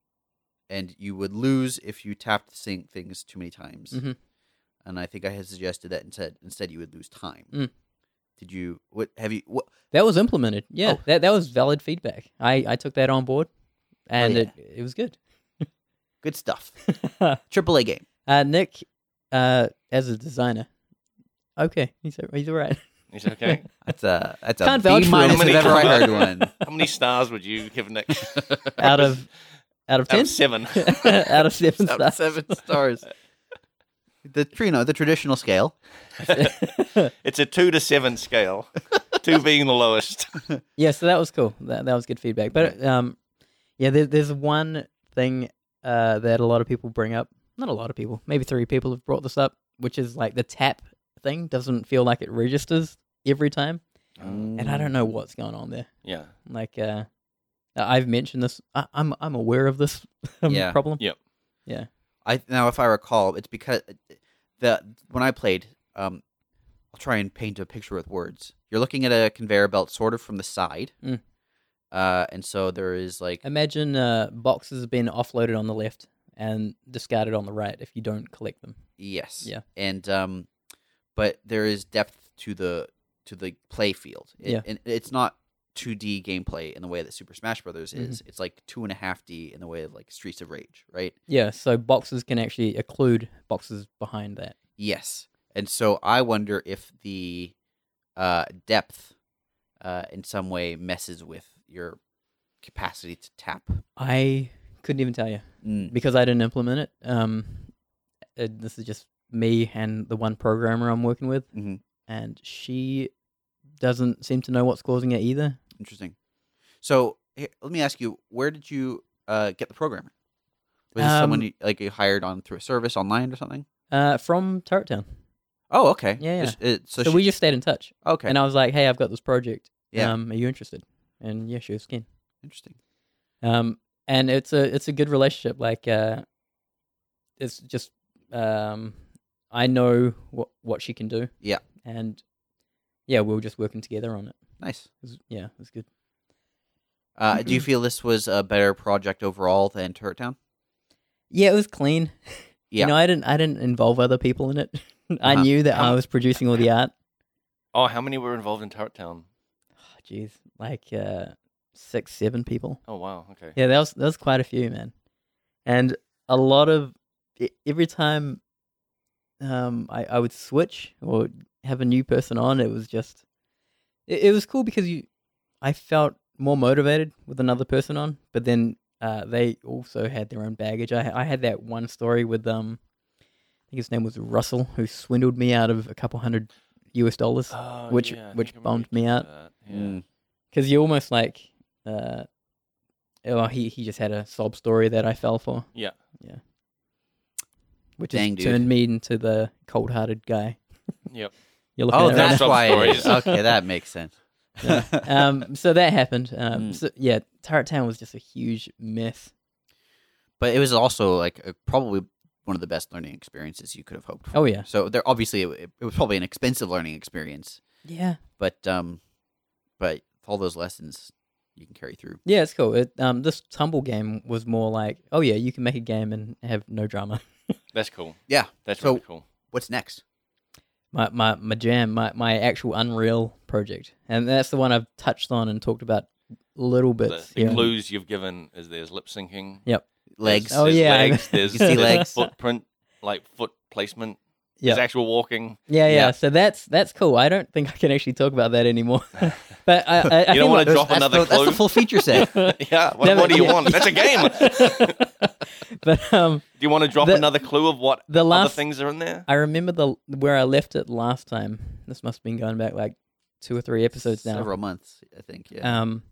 S1: and you would lose if you tapped the same things too many times.
S3: Mhm.
S1: And I think I had suggested that instead instead you would lose time.
S3: Mm.
S1: Did you what have you what
S3: That was implemented. Yeah,
S1: Oh.
S3: that that was valid feedback. I I took that on board, and
S1: Oh, yeah.
S3: it it was good.
S1: good stuff? AAA game.
S3: uh, Nick, uh, as a designer, okay, he's a- he's all right.
S2: He's okay.
S1: That's a that's a
S3: Can't
S1: B
S3: vouch for
S1: minus
S2: him.
S1: if ever I heard one.
S2: How many stars would you give Nick?
S3: Out of out of
S2: Out
S3: ten,
S2: of seven.
S3: out of seven
S1: Out of
S3: stars.
S1: seven stars. The tr- you know the traditional scale.
S2: it's a two to seven scale, two being the lowest.
S3: Yeah, so that was cool. That that was good feedback. But um, yeah, there, there's one thing uh that a lot of people bring up. Not a lot of people, maybe three people have brought this up, which is like the tap thing doesn't feel like it registers every time, and I
S1: Mm.
S3: don't know what's going on there.
S2: Yeah.
S3: Like uh, I've mentioned this. I, I'm I'm aware of this um,
S1: Yeah.
S3: problem.
S2: Yep.
S3: Yeah.
S1: I now, if I recall, it's because the when I played, um, I'll try and paint a picture with words. You're looking at a conveyor belt, sort of from the side,
S3: Mm.
S1: uh, and so there is like
S3: Imagine uh, boxes have been offloaded on the left and discarded on the right if you don't collect them.
S1: yes,
S3: Yeah.
S1: and um, but there is depth to the to the play field. It-
S3: Yeah.
S1: and it's not 2D gameplay in the way that Super Smash Brothers is.
S3: Mm-hmm.
S1: It's like two and a half D in the way of like Streets of Rage, right?
S3: Yeah, so boxes can actually occlude boxes behind that.
S1: Yes. And so I wonder if the uh, depth uh, in some way messes with your capacity to tap.
S3: I couldn't even tell you
S1: Mm.
S3: because I didn't implement it. Um, uh this is just me and the one programmer I'm working with,
S1: Mhm.
S3: and she doesn't seem to know what's causing it either.
S1: Interesting. So h- let me ask you, where did you uh, get the programmer? Was it someone
S3: Um,
S1: you, like you hired on through a service online or something?
S3: Uh, from Turret Town,
S1: Oh, okay.
S3: yeah,
S1: Is- uh, so
S3: so,
S1: she-
S3: we just stayed in touch,
S1: okay.
S3: and I was like, "Hey, I've got this project.
S1: Yeah.
S3: Um, are you interested?" And yeah, she was keen.
S1: Interesting.
S3: Um, and it's a it's a good relationship. Like, uh, it's just um, I know what what she can do.
S1: Yeah.
S3: and yeah, we were just working together on it.
S1: Nice.
S3: It was- yeah, it was good.
S1: Uh,
S3: Mm-hmm.
S1: do you feel this was a better project overall than Turret Town?
S3: Yeah, it was clean.
S1: Yeah.
S3: you know, I didn't I didn't involve other people in it. I
S1: Uh-huh.
S3: knew that I
S2: Um,
S3: was producing all the art.
S2: Oh, how many were involved in Turret Town?
S3: Oh, Jeez, like uh, six, seven people.
S2: Oh, wow. Okay.
S3: Yeah, that was that was quite a few, man. And a lot of e- every time um I, I would switch or have a new person on, it was just it, it was cool because you I felt more motivated with another person on, but then uh they also had their own baggage. I I had that one story with um I think his name was Russell who swindled me out of a couple hundred US dollars
S2: Oh,
S3: Which-
S2: yeah, I
S3: which
S2: think I remember
S3: bummed
S2: you
S3: me
S2: did
S3: out.
S2: that, Yeah.
S1: Mm.
S3: because you almost like uh oh he he just had a sob story that I fell for.
S2: Yeah.
S3: Yeah. Which
S1: Dang,
S3: has
S1: dude.
S3: turned me into the cold hearted guy.
S2: Yep.
S3: You're looking
S1: Oh,
S3: at it
S1: that's
S3: right
S2: Sub
S1: why. It
S2: stories.
S1: is. Okay, that makes sense.
S3: Yeah. now. um so that happened. Um
S1: Mm.
S3: so, yeah, Turret Town was just a huge mess.
S1: but it was also like a, probably one of the best learning experiences you could have hoped for.
S3: Oh yeah.
S1: So there obviously it, it was probably an expensive learning experience,
S3: Yeah.
S1: but um, but all those lessons you can carry through.
S3: Yeah, it's cool. It, um this tumble game was more like, oh yeah, you can make a game and have no drama.
S2: That's cool.
S1: Yeah.
S2: That's
S1: So-
S2: really cool.
S1: What's next?
S3: My my my jam, my, my actual Unreal project. And that's the one I've touched on and talked about little
S2: The,
S3: bits.
S2: the
S3: here and-
S2: clues you've given is there's lip syncing.
S3: Yep.
S1: Legs.
S3: Oh,
S2: there's
S3: yeah, I-
S2: Legs, there's,
S1: You can see
S2: there's
S1: legs.
S2: footprint, like foot placement.
S3: Yeah.
S2: There's actual walking.
S3: Yeah, yeah,
S1: Yeah.
S3: So that's that's cool. I don't think I can actually talk about that anymore. but I, I, I
S2: You don't
S3: think
S2: wanna
S3: what-
S2: drop
S1: that's
S2: another
S1: the, that's the full
S2: clue.
S1: feature set.
S2: yeah. What,
S3: No,
S2: what do
S3: but-
S2: you
S3: yeah.
S2: want? That's a game.
S3: but um,
S2: Do you want to drop
S3: The-
S2: another clue of what
S3: the
S2: other
S3: last
S2: things are in there?
S3: I remember the where I left it last time. This must have been going back like two or three episodes now.
S1: Several months, I think. Yeah.
S3: Um,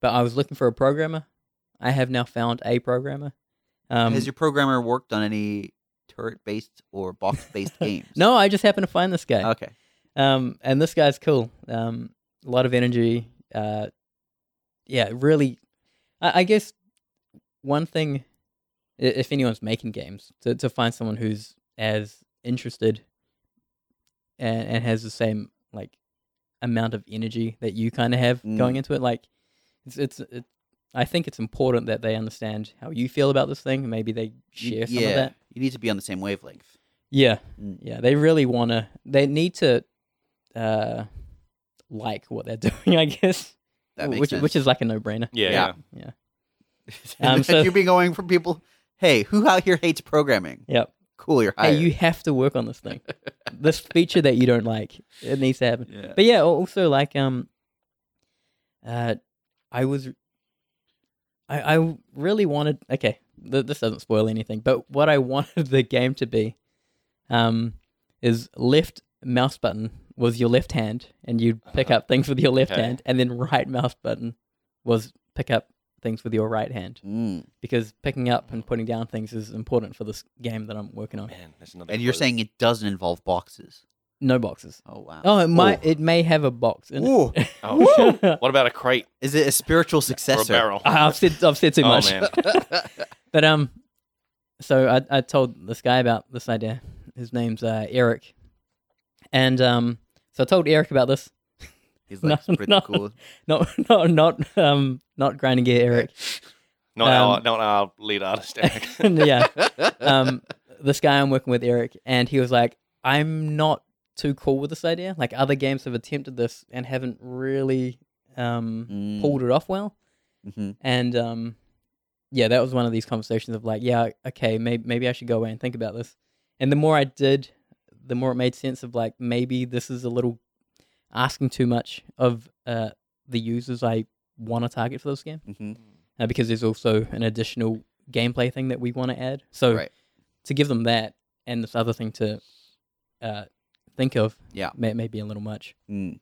S3: but I was looking for a programmer. I have now found a programmer. Um,
S1: Has your programmer worked on any turret-based or box-based games?
S3: no, I just happened to find this guy.
S1: Okay.
S3: Um, and this guy's cool. Um, a lot of energy. Uh, yeah, really. I, I guess one thing, i- if anyone's making games, to to find someone who's as interested and, and has the same like amount of energy that you kind of have going into it. Like it's it's it, I think it's important that they understand how you feel about this thing. and Maybe they
S1: You-
S3: share some
S1: yeah,
S3: of that.
S1: You need to be on the same wavelength.
S3: Yeah,
S1: Mm.
S3: yeah. They really wanna. They need to uh like what they're doing. I guess.
S1: That makes
S3: which
S1: sense.
S3: which is like a no brainer.
S2: Yeah,
S1: Yeah.
S2: yeah.
S3: Um, so-
S1: you've been going from people, hey, who out here hates programming?
S3: Yep.
S1: Cool, you're hired.
S3: Hey, you have to work on this thing. this feature that you don't like, it needs to happen.
S1: yeah.
S3: But yeah, al- also like um, uh, I was, I I w- really wanted. Okay, th- this doesn't spoil anything, but what I wanted the game to be, um, is left mouse button was your left hand, and you'd pick
S2: Uh-huh.
S3: up things with your left
S2: Okay.
S3: hand, and then right mouse button was pick up things with your right hand
S1: Mm.
S3: because picking up and putting down things is important for this game that I'm working on.
S2: Man, that's another.
S1: And you're
S2: clue.
S1: saying it doesn't involve boxes.
S3: No boxes.
S1: Oh wow.
S3: Oh, it might.
S1: Ooh.
S3: It may have a box in
S1: Ooh.
S3: it.
S2: Oh, what about a crate
S1: Is it a spiritual
S2: or a
S1: successor?
S2: barrel?
S3: I've said I've said too
S2: oh
S3: much.
S2: man,
S3: But um, so I I told this guy about this idea. His name's uh, Eric, and um, so I told Eric about this.
S1: He's like
S3: No,
S1: pretty
S3: no.
S1: cool.
S3: Not not not um not grinding gear Eric.
S2: not
S3: Um,
S2: our not our lead artist. Eric.
S3: yeah. Um, this guy I'm working with, Eric, and he was like, "I'm not too cool with this idea. Like other games have attempted this and haven't really um
S1: Mm.
S3: pulled it off well."
S1: Mhm.
S3: And um, yeah, that was one of these conversations of like, yeah, okay, maybe maybe I should go away and think about this. And the more I did, the more it made sense of like maybe this is a little asking too much of uh, the users I want to target for this game
S1: Mhm.
S3: uh, because there's also an additional gameplay thing that we want to add. So
S1: Right.
S3: to give them that and this other thing to uh, think of,
S1: Yeah.
S3: may, may be a little much.
S1: Mm.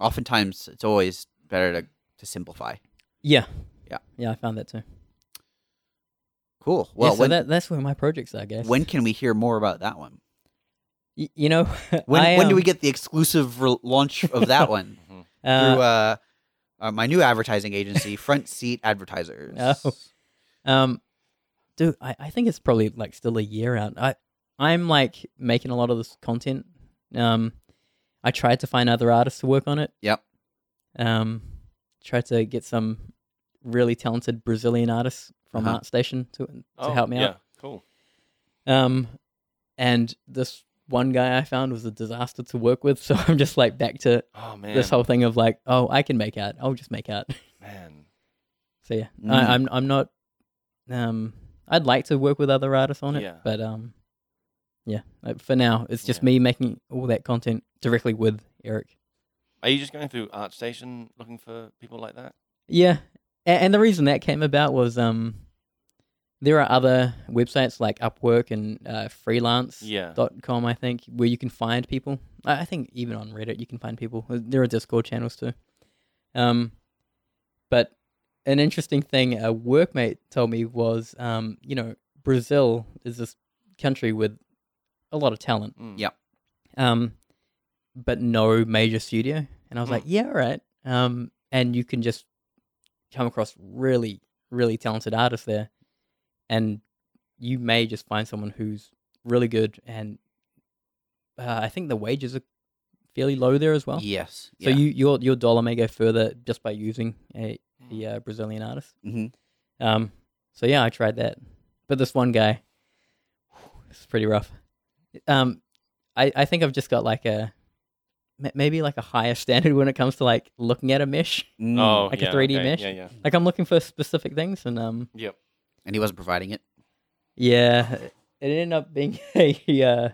S1: Oftentimes, it's always better to to simplify.
S3: Yeah,
S1: Yeah.
S3: yeah, I found that too.
S1: Cool.
S3: Well,
S1: Well,
S3: yeah, so
S1: when
S3: that, that's where my projects are, I guess.
S1: when can we hear more about that one?
S3: Y- you know,
S1: When
S3: I,
S1: when do
S3: um,
S1: we get the exclusive re- launch of that one
S2: Mhm.
S3: uh,
S1: through uh, uh, my new advertising agency, Front Seat Advertisers?
S3: Oh.
S1: uh,
S3: Um, dude, I, I think it's probably like still a year out. I I'm like making a lot of this content. Um, I tried to find other artists to work on it.
S1: Yep.
S3: Um, tried to get some really talented Brazilian artists from
S1: Uh-huh.
S3: ArtStation to to
S2: Oh,
S3: help me
S2: yeah,
S3: out.
S2: cool.
S3: Um, and this one guy I found was a disaster to work with, so I'm just like back to
S2: Oh man,
S3: this whole thing of like, oh, I can make art. I'll just make art.
S2: man.
S3: So yeah,
S1: Mm.
S3: I, I'm I'm not. Um, I'd like to work with other artists on it,
S2: Yeah.
S3: but um, yeah. Like for now, it's just
S2: Yeah.
S3: me making all that content directly with Eric.
S2: Are you just going through ArtStation looking for people like that?
S3: Yeah, and, and the reason that came about was um, there are other websites like Upwork and uh, Freelance.
S2: Yeah.
S3: Dot com, I think, where you can find people. I I think even on Reddit you can find people. Uh, There are Discord channels too. Um, but an interesting thing a workmate told me was, um, you know, Brazil is this country with a lot of talent,
S2: Mm.
S1: Yeah.
S3: um, but no major studio. And I was
S2: Hmm.
S3: like, yeah, all right. Um, and you can just come across really, really talented artists there, and you may just find someone who's really good. And uh, I think the wages are fairly low there as well.
S1: yes.
S3: So
S1: yeah.
S3: you your your dollar may go further just by using a the uh, Brazilian artist.
S1: Mhm.
S3: Um, so yeah, I tried that, but this one guy, it's pretty rough. Um, I I think I've just got like a ma- maybe like a higher standard when it comes to like looking at a mesh.
S1: Mm.
S2: Oh,
S3: Like a
S2: yeah,
S3: 3D
S2: okay,
S3: mesh?
S2: Yeah, yeah.
S3: Like I'm looking for specific things, and um,
S2: Yep.
S1: and he wasn't providing it.
S3: yeah, it ended up being a uh.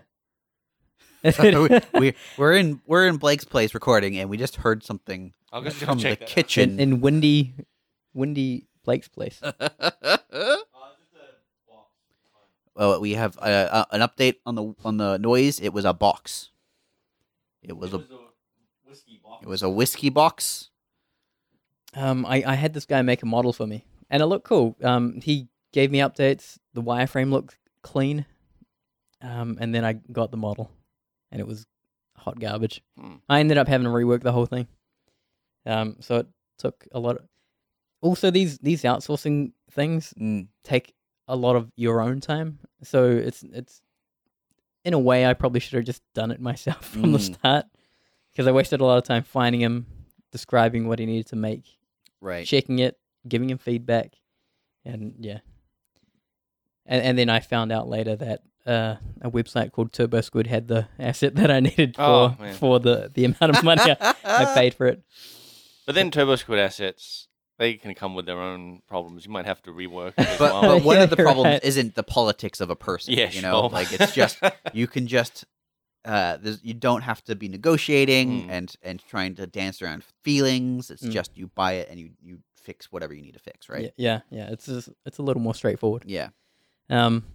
S1: we, we, we're in we're in Blake's place recording, and we just heard something
S2: I'll just go
S1: from the
S2: check that.
S3: in,
S1: kitchen.
S3: in windy, windy Blake's place.
S1: well, we have uh, uh, an update on the on the noise. It was a box. It was a
S2: whiskey box.
S1: it was a whiskey box.
S3: um, I, I had this guy make a model for me, and it looked cool. Um, he gave me updates. The wireframe looked clean, um, and then I got the model, and it was hot garbage.
S2: Hmm.
S3: I ended up having to rework the whole thing. Um, so it took a lot. Of... Also, these these outsourcing things
S1: Mm.
S3: take a lot of your own time, so it's it's in a way, I probably should have just done it myself from the
S1: Mm.
S3: start because I wasted a lot of time finding him, describing what he needed to make,
S1: Right.
S3: checking it, giving him feedback, and yeah. And and then I found out later that uh, a website called Turbo Squid had the asset that I needed
S2: Oh,
S3: for
S2: man.
S3: for the the amount of money I, I paid for it.
S2: But then Turbo Squid assets, they can come with their own problems. You might have to rework it as
S1: But,
S2: well.
S1: but one of the
S3: Yeah,
S1: problems
S3: right.
S1: isn't the politics of a person.
S2: yeah,
S1: you know,
S2: sure.
S1: like it's just you can just uh, there's, you don't have to be negotiating
S3: Hmm.
S2: Mm.
S1: and and trying to dance around feelings. It's
S3: Mm.
S1: just you buy it and you you fix whatever you need to fix. Right.
S3: Yeah, yeah, yeah. It's just, it's a little more straightforward.
S1: Yeah.
S3: Um,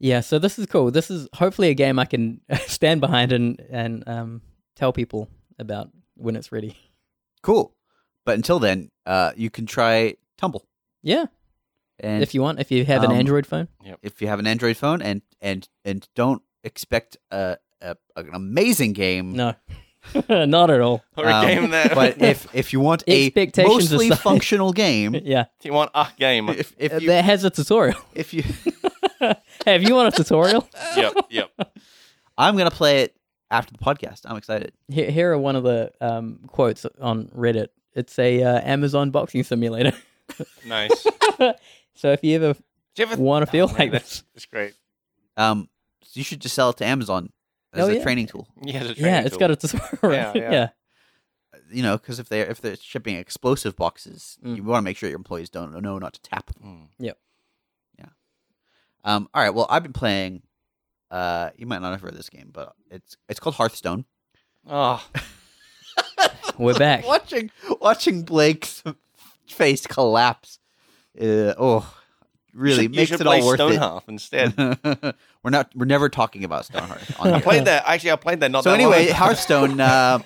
S3: yeah, so this is cool. This is hopefully a game I can stand behind and and um, tell people about when it's ready.
S1: Cool. But until then, uh, you can try Tumble.
S3: Yeah,
S1: And
S3: if you want, if you have an
S1: um,
S3: Android phone,
S1: if you have an Android phone and and and don't expect a, a an amazing game.
S3: no, not at all.
S2: or a
S1: Um,
S2: game that.
S1: But if if you want a
S3: Expectations
S1: mostly
S3: aside.
S1: functional game,
S3: Yeah,
S2: you want a game.
S1: if if you,
S3: that has a tutorial.
S1: if you
S3: hey, if you want a tutorial,
S2: yep, yep.
S1: I'm gonna play it after the podcast. I'm excited.
S3: here, here are one of the um, quotes on Reddit. It's a uh, Amazon boxing simulator.
S2: Nice. Do
S3: so if you ever
S2: you ever-
S3: want to feel
S2: Oh, man,
S3: like
S2: that's,
S3: this,
S2: that's great.
S1: Um, so you should just sell it to Amazon as
S3: Oh,
S1: a
S3: yeah.
S1: training tool.
S2: Yeah, it's
S3: yeah, it's got a tutorial.
S2: Yeah, yeah.
S3: yeah.
S1: You know, because if they're if they're shipping explosive boxes,
S3: Mm.
S1: you want to make sure your employees don't know not to tap. them.
S2: Mm.
S1: Um, all right. Well, I've been playing. Uh, you might not have heard this game, but it's it's called Hearthstone.
S2: Oh,
S3: We're back.
S1: watching watching Blake's face collapse. Uh, oh,
S2: you
S1: really
S2: should, you
S1: makes
S2: should
S1: it
S2: play
S1: all worth it.
S2: Stonehalf instead.
S1: we're not. We're never talking about Stoneheart. On
S2: I
S1: here.
S2: played that. Actually, I played that not
S1: so
S2: that long
S1: anyway,
S2: ago.
S1: Hearthstone. Uh,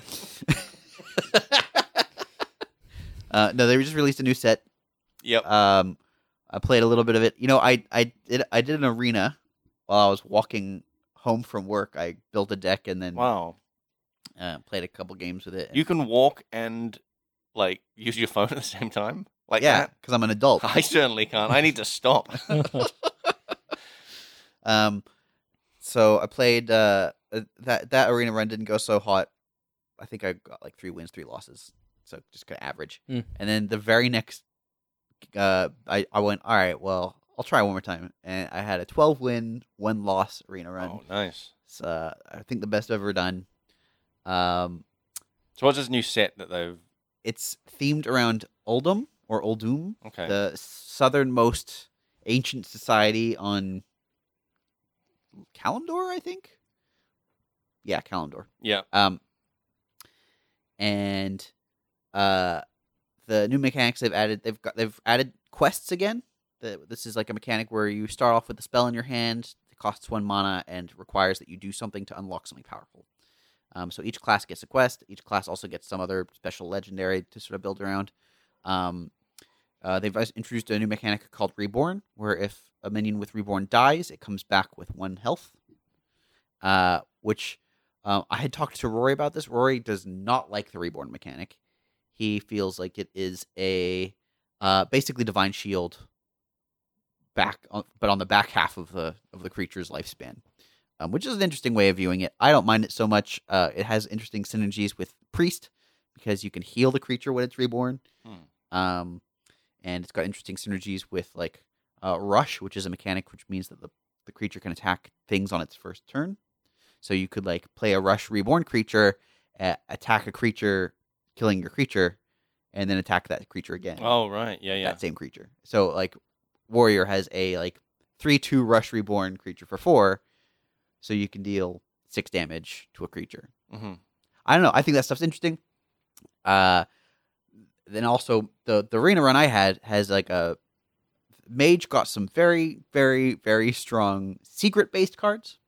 S1: uh, no, they just released a new set.
S2: Yep.
S1: Um, I played a little bit of it. You know, I I did I did an arena while I was walking home from work. I built a deck and then
S2: Wow.
S1: uh, played a couple games with it.
S2: You can walk and like use your phone at the same time. Like
S1: yeah,
S2: that.
S1: because I'm an adult.
S2: I certainly can't. I need to stop.
S1: Um, so I played uh uh, that that arena run didn't go so hot. I think I got like three wins, three losses, so just kind of average.
S3: Mm.
S1: And then the very next, uh, I I went all right. Well, I'll try one more time, and I had a twelve win, one loss arena run.
S2: Oh, nice.
S1: It's uh, I think the best I've ever done. Um,
S2: So what's this new set that they've?
S1: it's themed around Oldham or Oldum,
S2: Okay.
S1: the southernmost ancient society on Kalimdor, I think. Yeah, Kalimdor.
S2: yeah.
S1: Um, and uh, the new mechanics they've added they've got they've added quests again. The, this is like a mechanic where you start off with a spell in your hand. It costs one mana and requires that you do something to unlock something powerful. Um, so each class gets a quest. Each class also gets some other special legendary to sort of build around. Um, uh, they've also introduced a new mechanic called Reborn, where if a minion with Reborn dies, it comes back with one health. Uh, which um, I had talked to Rory about this. Rory does not like the reborn mechanic. He feels like it is a uh, basically divine shield back, on, but on the back half of the of the creature's lifespan, um, which is an interesting way of viewing it. I don't mind it so much. Uh, it has interesting synergies with priest because you can heal the creature when it's reborn, um, and it's got interesting synergies with like uh, rush, which is a mechanic which means that the the creature can attack things on its first turn. So you could like play a rush reborn creature, uh, attack a creature, killing your creature, and then attack that creature again.
S2: Oh right. Yeah. Yeah.
S1: That same creature. So like warrior has a like three two rush reborn creature for four, so you can deal six damage to a creature.
S2: hmm
S1: I don't know. I think that stuff's interesting. Uh, then also the the arena run I had has like a mage got some very very very strong secret based cards.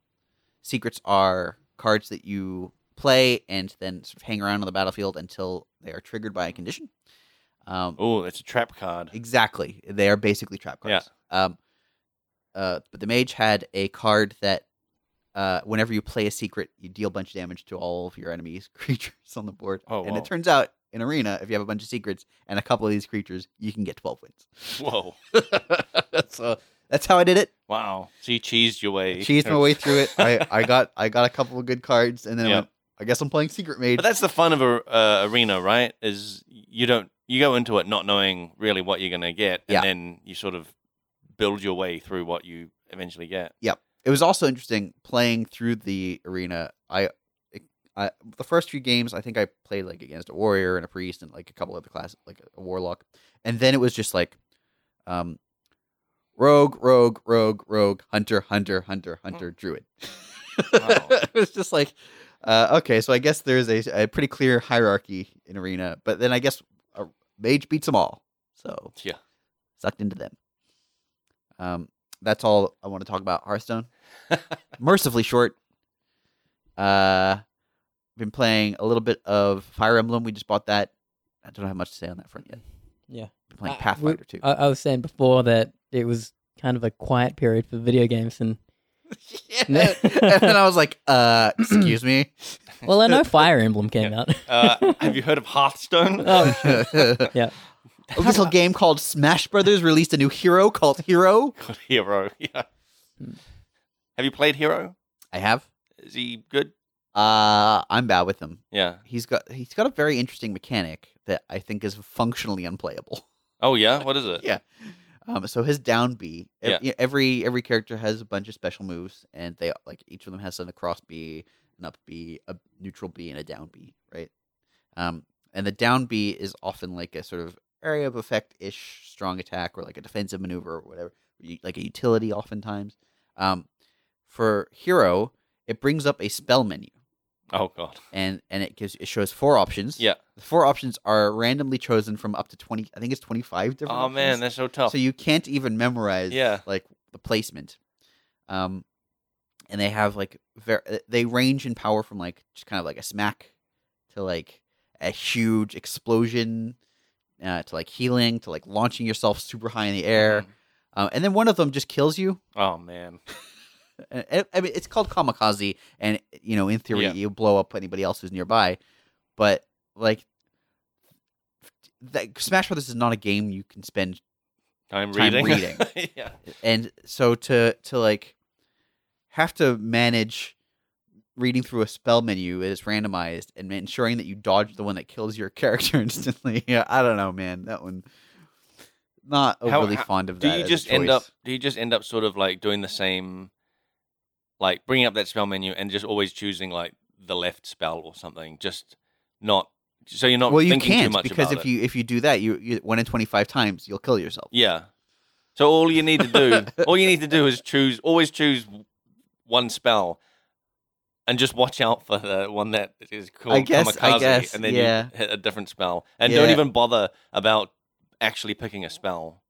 S1: Secrets are cards that you play and then sort of hang around on the battlefield until they are triggered by a condition. Um,
S2: Oh, that's a trap card.
S1: Exactly. They are basically trap cards. Um, uh, but the mage had a card that, uh, whenever you play a secret, you deal a bunch of damage to all of your enemies' creatures on the board.
S2: Oh,
S1: and
S2: wow.
S1: it turns out in arena, if you have a bunch of secrets and a couple of these creatures, you can get twelve wins.
S2: Whoa.
S1: so That's how I did it.
S2: Wow. So you cheesed your way.
S1: Cheesed my way through it. I, I got I got a couple of good cards, and then I
S2: Yeah.
S1: went. I guess I'm playing Secret Mage.
S2: But that's the fun of a uh, arena, right? Is you don't you go into it not knowing really what you're gonna get, and
S1: Yeah.
S2: then you sort of build your way through what you eventually get.
S1: it was also interesting playing through the arena. I, I the first few games, I think I played like against a warrior and a priest and like a couple other classes, like a warlock, and then it was just like, um, rogue, rogue, rogue, rogue, hunter, hunter, hunter, hunter, druid.
S2: Hmm. Wow.
S1: it was just like, uh, okay, so I guess there's a, a pretty clear hierarchy in arena, but then I guess a mage beats them all, so
S2: Yeah.
S1: sucked into them. Um, that's all I want to talk about Hearthstone. Mercifully short. Uh, been playing a little bit of Fire Emblem. We just bought that. I don't have much to say on that front yet.
S3: Yeah.
S1: been playing
S3: I- uh, we-
S1: Pathfinder too.
S3: I, I was saying before that it was kind of a quiet period for video games, and
S1: Yeah. and then I was like, uh, excuse me.
S3: well, I know Fire Emblem came out.
S2: Uh, have you heard of Hearthstone?
S3: oh,
S1: a
S3: yeah.
S1: little game called Smash Brothers released a new hero called Hero.
S2: God, Hero. Yeah.
S3: Hmm.
S2: Have you played Hero?
S1: I have.
S2: Is he good?
S1: Uh, I'm bad with him.
S2: Yeah.
S1: He's got he's got a very interesting mechanic that I think is functionally unplayable.
S2: Oh yeah. What is it?
S1: yeah. Um, so his down B, ev-
S2: Yeah.
S1: yeah, every every character has a bunch of special moves, and they like each of them has a cross B, an up B, a neutral B, and a down B, right? Um, and the down B is often like a sort of area of effect ish strong attack or like a defensive maneuver or whatever, u- like a utility oftentimes. Um, for hero, it brings up a spell menu,
S2: Oh god.
S1: and and it gives it shows four options.
S2: Yeah.
S1: the four options are randomly chosen from up to twenty. I think it's twenty five different.
S2: Oh man,
S1: options.
S2: that's so tough.
S1: So you can't even memorize
S2: Yeah.
S1: like the placement. Um and they have like ver- uh, they range in power from like just kind of like a smack to like a huge explosion uh, to like healing to like launching yourself super high in the air.
S2: Mhm.
S1: Uh, and then one of them just kills you.
S2: Oh man.
S1: Uh, I I mean, it's called kamikaze, and you know, in theory,
S2: Yeah.
S1: you blow up anybody else who's nearby. But like, that Smash Brothers is not a game you can spend
S2: Time
S1: Time
S2: reading.
S1: reading.
S2: yeah.
S1: and so to to like have to manage reading through a spell menu that is randomized and ensuring that you dodge the one that kills your character instantly. Yeah, I don't know, man. That one not
S2: How-
S1: overly
S2: how-
S1: fond of
S2: do
S1: that.
S2: you
S1: as a
S2: just end up
S1: choice.
S2: do you just end up sort of like doing the same like bringing up that spell menu and just always choosing like the left spell or something just not so you're not
S1: Well, you
S2: thinking too
S1: can't
S2: much
S1: because
S2: about
S1: if
S2: it.
S1: you if you do that, you, you one in twenty five times you'll kill yourself.
S2: yeah so all you need to do all you need to do is choose always choose one spell and just watch out for the one that is called
S1: guess- I
S2: kamikaze
S1: guess,
S2: and then
S1: yeah.
S2: you hit a different spell and don't
S1: Yeah.
S2: even bother about actually picking a spell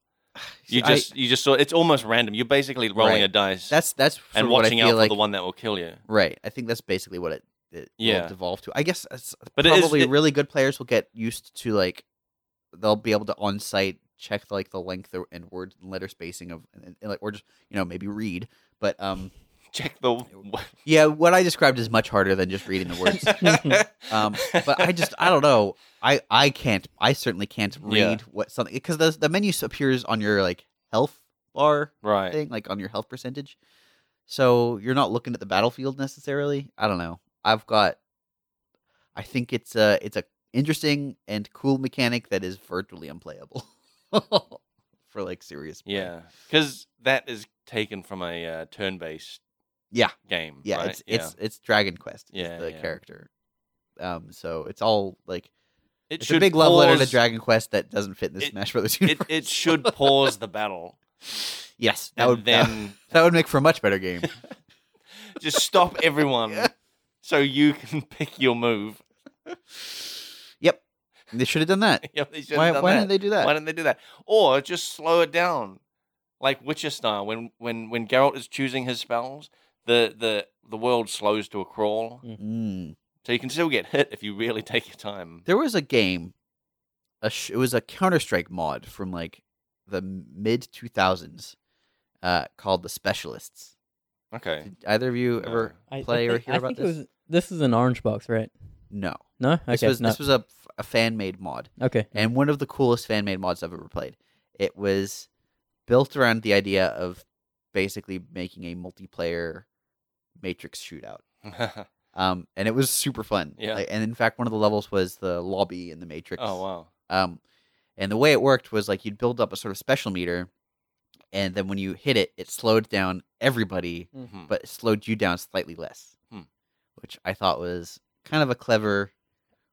S2: you
S1: I-
S2: just you just saw it's almost random you're basically rolling
S1: Right.
S2: a dice
S1: that's that's sort
S2: and
S1: of what I
S2: watching
S1: feel
S2: out
S1: like.
S2: for the one that will kill you.
S1: Right, I think that's basically what it, it
S2: Yeah.
S1: will devolve to. I guess it's
S2: But it is-
S1: probably
S2: it-
S1: really good players will get used to like they'll be able to on site check like the length or- and word and letter spacing of and, and, like or just you know maybe read. But um
S2: Check the.
S1: yeah, what I described is much harder than just reading the words. um, but I just I don't know. I I can't. I certainly can't read
S2: Yeah.
S1: what something because the the menu appears on your like health bar
S2: right.
S1: thing, like on your health percentage. So you're not looking at the battlefield necessarily. I don't know. I've got. I think it's a it's a interesting and cool mechanic that is virtually unplayable for like serious. play.
S2: Yeah, because that is taken from a uh, turn-based.
S1: Yeah.
S2: Game.
S1: yeah.
S2: right?
S1: It's it's it's Dragon Quest. is
S2: Yeah,
S1: the
S2: yeah.
S1: character. Um. So it's all like
S2: it
S1: it's
S2: should
S1: a big love letter to
S2: pause-
S1: Dragon Quest that doesn't fit in the
S2: It-
S1: Smash Brothers
S2: It
S1: universe.
S2: it should pause the battle.
S1: yes, that
S2: and
S1: would that,
S2: then
S1: that would make for a much better game.
S2: just stop everyone,
S1: Yeah.
S2: so you can pick your move.
S1: yep, they should have done that.
S2: Yeah, they should've
S1: Why,
S2: done
S1: why
S2: that.
S1: didn't they do that?
S2: Why didn't they do that? Or just slow it down, like Witcher style. When when when Geralt is choosing his spells, the the the world slows to a crawl,
S1: Mm.
S2: so you can still get hit if you really take your time.
S1: There was a game, a sh- it was a Counter Strike mod from like the mid two thousands, uh, called the Specialists.
S2: Okay.
S1: Did either of you ever
S3: I,
S1: play
S3: I
S1: or
S3: think,
S1: hear
S3: I
S1: about
S3: think
S1: this?
S3: It was, this is an orange box, right?
S1: No,
S3: No. Okay.
S1: this was
S3: no.
S1: this was a, a fan made mod,
S3: okay.
S1: and one of the coolest fan made mods I've ever played. It was built around the idea of basically making a multiplayer Matrix shootout. Um, and it was super fun.
S2: Yeah.
S1: Like, and in fact, one of the levels was the lobby in the Matrix.
S2: oh wow.
S1: Um, and the way it worked was like you'd build up a sort of special meter, and then when you hit it, it slowed down everybody,
S2: Mhm.
S1: but it slowed you down slightly less,
S2: Hmm.
S1: which I thought was kind of a clever.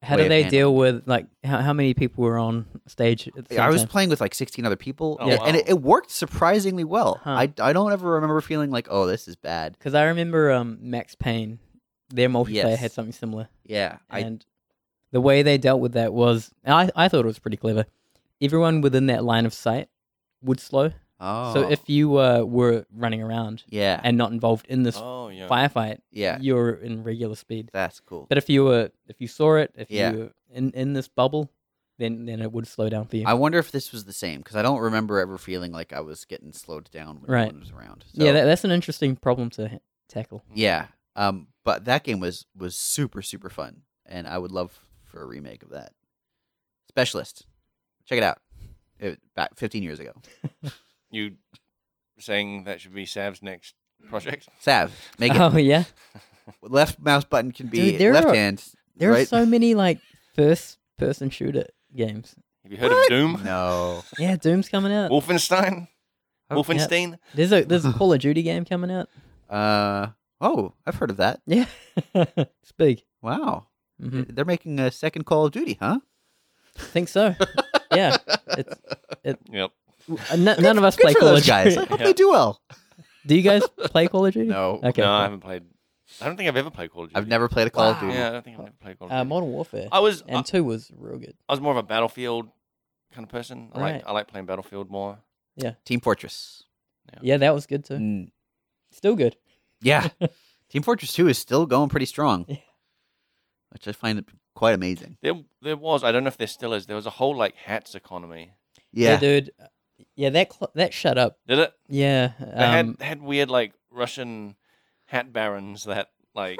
S3: How
S1: way
S3: do
S1: of
S3: they
S1: handling
S3: deal with like how, how many people were on stage? At the same
S1: I was
S3: time?
S1: playing with like 16 other people,
S2: Oh,
S1: and- and
S2: wow.
S1: it, it worked surprisingly well.
S3: Huh.
S1: I, I don't ever remember feeling like, oh, this is bad.
S3: Because I remember um, Max Payne, their multiplayer
S1: Yes.
S3: had something similar,
S1: Yeah, I
S3: and the way they dealt with that was and I I thought it was pretty clever. Everyone within that line of sight would slow.
S1: oh,
S3: So if you uh, were running around
S1: yeah,
S3: and not involved in this
S2: Oh yeah.
S3: firefight,
S1: yeah,
S3: you're in regular speed.
S1: that's cool.
S3: But if you were if you saw it, if
S1: Yeah.
S3: you were in in this bubble, then then it would slow down for you.
S1: I wonder if this was the same because I don't remember ever feeling like I was getting slowed down when
S3: Right.
S1: everyone was around. So,
S3: yeah, that, that's an interesting problem to ha- tackle.
S1: yeah. Um, but that game was was super super fun, and I would love for a remake of that. Specialist, check it out. It, back 15 years ago,
S2: You saying that should be Sav's next project?
S1: Sav, make it.
S3: Oh yeah,
S1: Left mouse button can be
S3: Dude, there
S1: left
S3: are-
S1: hand.
S3: there are
S1: right?
S3: so many like first person shooter games.
S2: Have you heard of Doom?
S1: No,
S3: Yeah, Doom's coming out.
S2: Wolfenstein.
S1: Oh,
S2: Wolfenstein.
S3: There's a there's a Call of Duty game coming out.
S1: uh, oh, I've heard of that.
S3: Yeah, it's big.
S1: Wow,
S3: hmm
S1: they're making a second Call of Duty, huh?
S3: I think so. yeah, it's, uh,
S2: Yep.
S3: n- none of us
S1: Good
S3: play
S1: for
S3: Call
S1: those
S3: of
S1: guys. I
S3: Duty.
S1: hope they do well.
S3: Do you guys play Call of Duty?
S1: No,
S3: Okay.
S2: no, I
S3: cool.
S2: haven't played. I don't think I've ever played Call of Duty.
S1: I've never played a Call of
S3: Wow.
S1: Duty.
S2: Yeah, I don't think I've never played Call of
S3: Uh,
S2: Duty.
S3: Modern Warfare
S2: I was I,
S3: and two was real good.
S2: I was more of a battlefield kind of person. I
S3: Right.
S2: like I like playing battlefield more.
S1: Team Fortress.
S3: Yeah, that was good too.
S1: Mm.
S3: Still good.
S1: Yeah. Team Fortress 2 is still going pretty strong,
S3: Yeah.
S1: which I find quite amazing.
S2: There there was I don't know if there still is. There was a whole like hats economy.
S1: Yeah.
S3: dude. Yeah, that cl- that shut up.
S2: Did it?
S3: Yeah,
S2: They had
S3: um,
S2: had weird like Russian hat barons that like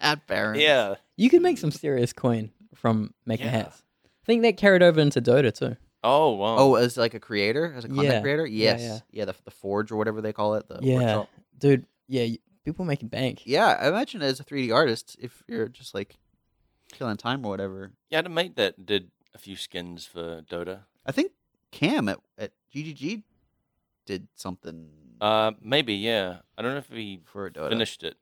S1: At Baron.
S2: yeah
S3: you could make some serious coin from making
S2: Yeah.
S3: hats. I think that carried over into Dota too.
S2: oh wow
S1: Oh, as like a creator, as a content
S3: Yeah.
S1: creator?
S3: Yeah,
S1: Yes. Yeah,
S3: yeah.
S1: the, the Forge or whatever they call it. The
S3: Yeah.
S1: workshop.
S3: Dude, yeah, y- people making bank.
S1: Yeah, I imagine as a 3D artist, if you're just like killing time or whatever.
S2: yeah I had a mate that did a few skins for Dota
S1: I think Cam at, at GGG did something
S2: uh maybe yeah I don't know if he
S1: for Dota.
S2: finished it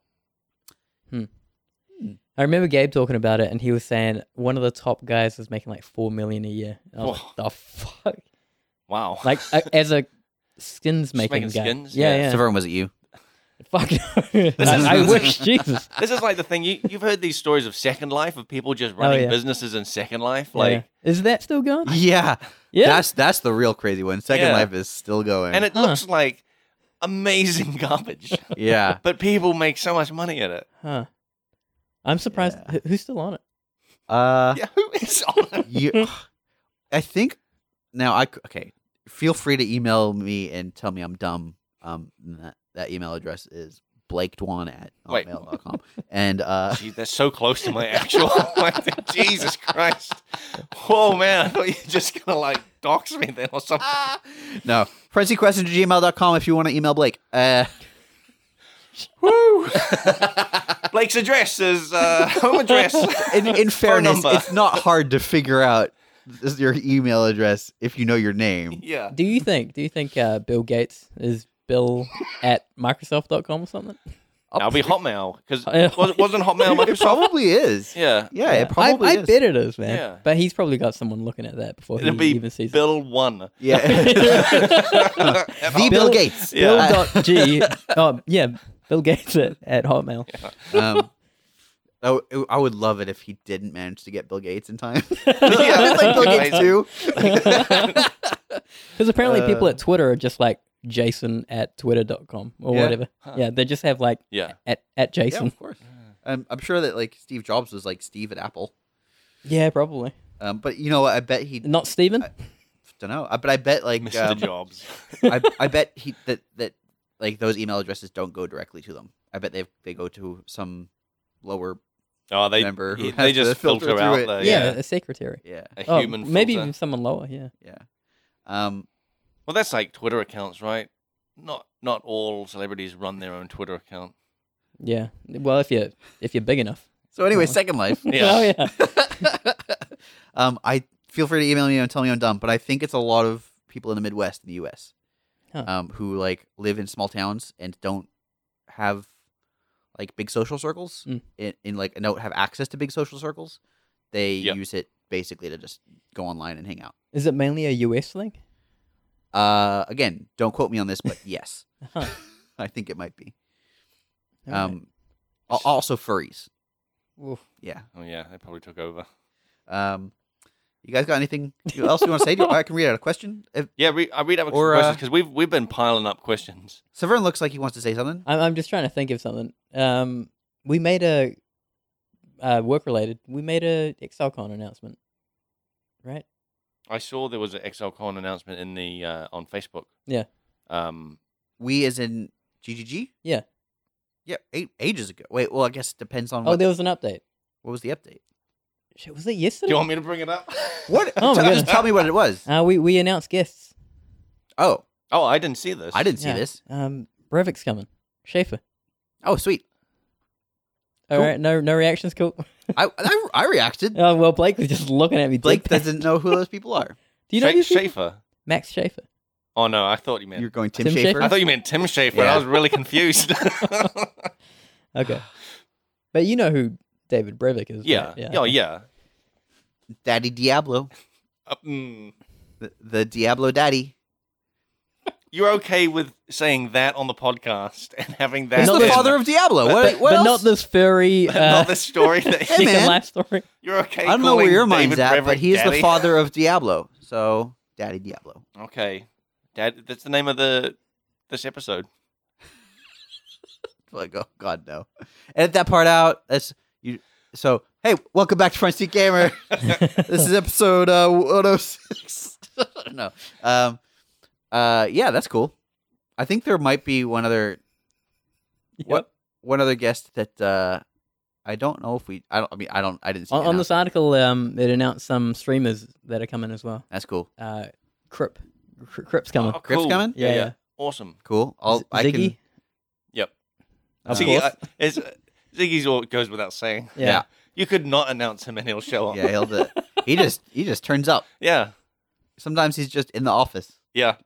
S3: I remember Gabe talking about it, and he was saying one of the top guys was making like four million a year. And I was
S2: Whoa.
S3: like, the fuck,
S2: wow
S3: like a, as a skins making
S2: making
S3: guy.
S2: skins?
S3: Yeah,
S2: Yeah.
S3: yeah.
S1: Severin, was it you?
S3: Fuck. I, I wish Jesus.
S2: this is like the thing you you've heard these stories of Second Life of people just running
S3: yeah.
S2: businesses in Second Life
S3: Like,
S2: like
S3: is that still going?
S1: Yeah.
S3: Yeah.
S1: That's that's the real crazy one. Second
S2: Yeah.
S1: Life is still going.
S2: and it
S3: Huh.
S2: looks like amazing garbage
S1: yeah.
S2: but people make so much money at it
S3: Huh. I'm surprised.
S1: Yeah.
S3: who- Who's still on it?
S1: Uh
S2: yeah who is on it?
S1: you
S2: Mm-hmm.
S1: i think now i c- okay feel free to email me and tell me i'm dumb um and that, that email address is blake dwan at
S2: Wait.
S1: hotmail.com and uh
S2: Jeez, that's so close to my actual. like, Jesus Christ! Whoa, man! I thought you were just gonna like dox me then or something.
S1: no frenzyquestion gmail.com if you want to email blake uh
S2: Woo! Blake's address is uh, home address.
S1: in, in fairness
S2: number.
S1: it's not hard to figure out this- your email address if you know your name
S2: yeah.
S3: Do you think? Do you think uh, Bill Gates is Bill at Microsoft.com or something?
S2: I'll be Hotmail because
S3: Yeah.
S2: wasn't, wasn't Hotmail
S1: it
S2: Microsoft?
S1: probably is
S2: Yeah.
S1: yeah, it
S3: I,
S1: probably
S3: I
S1: is
S3: bet it is, man.
S2: Yeah.
S3: But he's probably got someone looking at that before he
S2: It'll be
S3: even sees it.
S2: Bill One.
S1: yeah the bill
S3: Bill-
S1: gates
S2: Yeah.
S1: Uh,
S3: Bill dot G. oh yeah, Bill Gates at, at Hotmail.
S1: Um, I, w- I would love it if he didn't manage to get Bill Gates in time.
S2: Yeah.
S1: It's like Bill Gates too.
S3: Because apparently
S1: Uh,
S3: people at Twitter are just like Jason at Twitter.com or
S1: Yeah.
S3: whatever.
S2: Huh.
S3: Yeah, they just have like
S2: Yeah.
S3: at at Jason.
S1: course. Um, I'm sure that like Steve Jobs was like Steve at Apple.
S3: Yeah, probably
S1: Um, but you know what? I bet he
S3: not Steven.
S2: Uh,
S1: I- don't know. But I bet like
S2: Mr.
S1: um,
S2: Jobs.
S1: I, I bet he that that like those email addresses don't go directly to them. I bet they they go to some lower.
S2: Oh, they
S1: Member who
S2: he-
S1: has
S2: they
S1: to
S2: just
S1: filter
S2: filter,
S1: through
S2: out
S1: it.
S2: the
S3: yeah,
S2: uh, yeah,
S3: a secretary.
S1: Yeah,
S2: a
S3: Oh,
S2: human
S3: maybe
S2: filter.
S3: even someone lower. Yeah.
S1: yeah. Um,
S2: Well, that's like Twitter accounts, right? not not all celebrities run their own Twitter account.
S3: Yeah. Well, if you if you're big enough.
S1: So anyway, Second Life.
S2: Yeah.
S3: Oh yeah.
S1: um, I feel free to email me and tell me I'm dumb, but I think it's a lot of people in the Midwest in the U.S.
S3: Huh.
S1: Um, who like live in small towns and don't have like big social circles
S3: Mm.
S1: in, in like don't have access to big social circles. They
S2: Yep.
S1: use it basically to just go online and hang out.
S3: Is it mainly a US thing?
S1: Uh, again, don't quote me on this, but yes,
S3: Huh.
S1: I think it might be.
S3: All right.
S1: Um, al- also furries.
S3: Oof.
S1: Yeah.
S2: Oh yeah, they probably took over.
S1: Um, you guys got anything else you want to say? Do- I can read out a question. If,
S2: Yeah, re- I read up
S1: Or,
S2: or, questions
S1: uh,
S2: because we've we've been piling up questions.
S1: Severn looks like he wants to say something.
S3: I'm, I'm just trying to think of something. Um, we made a uh, work related. We made a ExcelCon announcement, right?
S2: I saw there was an XLCon announcement in the uh, on Facebook.
S3: Yeah.
S2: Um.
S1: We as in GGG.
S3: Yeah.
S1: Yeah. Eight, ages ago. Wait. Well, I guess it depends on
S3: Oh,
S1: what,
S3: there was an update.
S1: what was the update.
S3: Shit, was it
S2: Do you
S3: yesterday?
S2: want me to bring it up?
S1: What?
S3: Oh,
S1: Tell-
S3: my
S1: just
S3: goodness.
S1: tell me what it was.
S3: Uh, we we announced guests.
S1: Oh,
S2: Oh, I didn't see this.
S1: I didn't see
S3: Yeah.
S1: this.
S3: Um, Brevik's coming. Schaefer.
S1: Oh, sweet.
S3: All right,
S1: Cool.
S3: no no reactions. Cool.
S1: I I, I reacted.
S3: Oh well, Blake was just looking at me.
S1: Blake
S3: Blake, do
S1: doesn't know who those people are.
S3: you know
S2: Sha-
S3: these people?
S2: Schaefer.
S3: Max Schaefer?
S2: Oh no, I thought you meant.
S1: You're going Tim,
S3: Tim
S1: Schaefer.
S2: I thought you meant Tim Schaefer. and
S1: Yeah.
S2: I was really confused.
S3: Okay, but you know who David Brevik is? right?
S2: yeah.
S3: yeah.
S2: Oh yeah.
S1: Daddy Diablo,
S2: Uh, mm.
S1: the, the Diablo Daddy.
S2: You're okay with saying that on the podcast and having that?
S1: He's
S3: not
S1: the
S2: in-
S1: father of Diablo. What?
S3: But
S1: what else?
S3: not this furry uh,
S2: not the story that
S1: Hey,
S3: chicken
S1: man.
S3: life story.
S2: you're okay.
S1: I don't know where
S2: calling
S1: your mind's
S2: David
S1: at, but
S2: Brevik
S1: he is the
S2: daddy?
S1: father of Diablo. So, Daddy Diablo.
S2: Okay, Dad. That's the name of the this episode.
S1: Like, oh God, no. Edit that part out. That's you. So, hey, welcome back to Front Seat Gamer. this is episode uh, 106. no. Um. Uh. Yeah, that's cool. I think there might be one other What? one other guest that uh, I don't know if we. I don't. I mean, I don't. I didn't see.
S3: On,
S1: the
S3: on this
S1: announcement.
S3: article, um, it announced some streamers that are coming as well.
S1: That's cool.
S3: Uh, Crip, Cri- Crip's coming.
S2: Oh,
S1: Griff's
S2: cool.
S1: coming?
S3: Yeah, yeah.
S2: Awesome.
S1: Cool. I'll.
S3: Z-
S1: Oh, I
S3: Ziggy,
S1: can.
S2: Yep.
S1: Uh,
S3: of
S2: Ziggy,
S3: course.
S2: I- it's, Ziggy's all goes without saying.
S3: yeah.
S1: yeah.
S2: You could not announce him and he'll show up.
S1: Yeah. He'll. do- he just. He just turns up.
S2: yeah.
S1: Sometimes he's just in the office.
S2: yeah.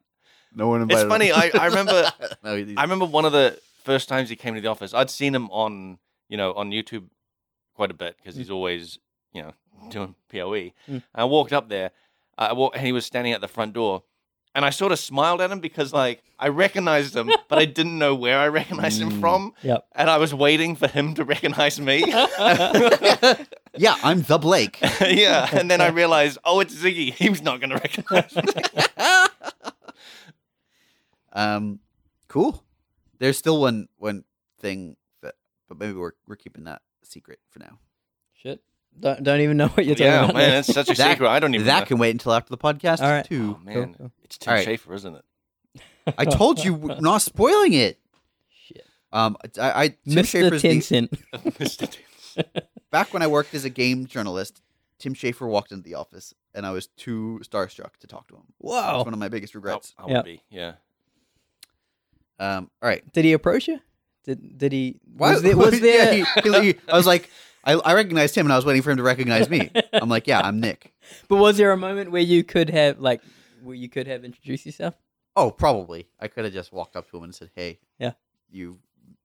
S1: No one
S2: It's funny. I, I remember
S1: no, he's-
S2: I remember one of the first times he came to the office. I'd seen him on you know on YouTube quite a bit because he's always you know doing POE.
S3: Mm.
S2: I walked up there, I walked, and he was standing at the front door, and I sort of smiled at him because like I recognized him, but I didn't know where I recognized him
S1: Mm.
S2: from,
S3: Yep.
S2: and I was waiting for him to recognize me.
S1: yeah, I'm the Blake.
S2: yeah, and then I realized, oh, it's Ziggy. He was not going to recognize me.
S1: um, cool. There's still one one thing that, but maybe we're we're keeping that secret for now.
S3: Shit. Don't, don't even know what you're talking
S2: yeah,
S3: about.
S2: man,
S3: now.
S2: it's such a
S1: That-
S2: secret. I don't even.
S1: that
S2: know.
S1: can wait until after the podcast
S3: All right.
S1: too.
S2: oh man,
S3: cool.
S2: it's Tim
S1: All right.
S2: Schafer, isn't it?
S1: I told you we're not spoiling it.
S3: Shit.
S1: Um, I, I Tim
S3: Mr.
S1: Schafer's
S3: Ten
S1: the-
S3: Cent.
S2: Mr. Tim.
S1: back when I worked as a game journalist. Tim Schafer walked into the office, and I was too starstruck to talk to him. It's
S3: Wow.
S1: one of my biggest regrets.
S2: I, I
S3: Yeah.
S2: would be. Yeah. Oh.
S1: Um, all right.
S3: Did he approach you? Did Did he?
S1: Why
S3: Was there? Was there
S1: yeah, he- he- he- I was like, I, I recognized him, and I was waiting for him to recognize me. I'm like, yeah, I'm Nick.
S3: But was there a moment where you could have like where you could have introduced yourself?
S1: Oh, probably. I could have just walked up to him and said, "Hey,
S3: Yeah.
S1: you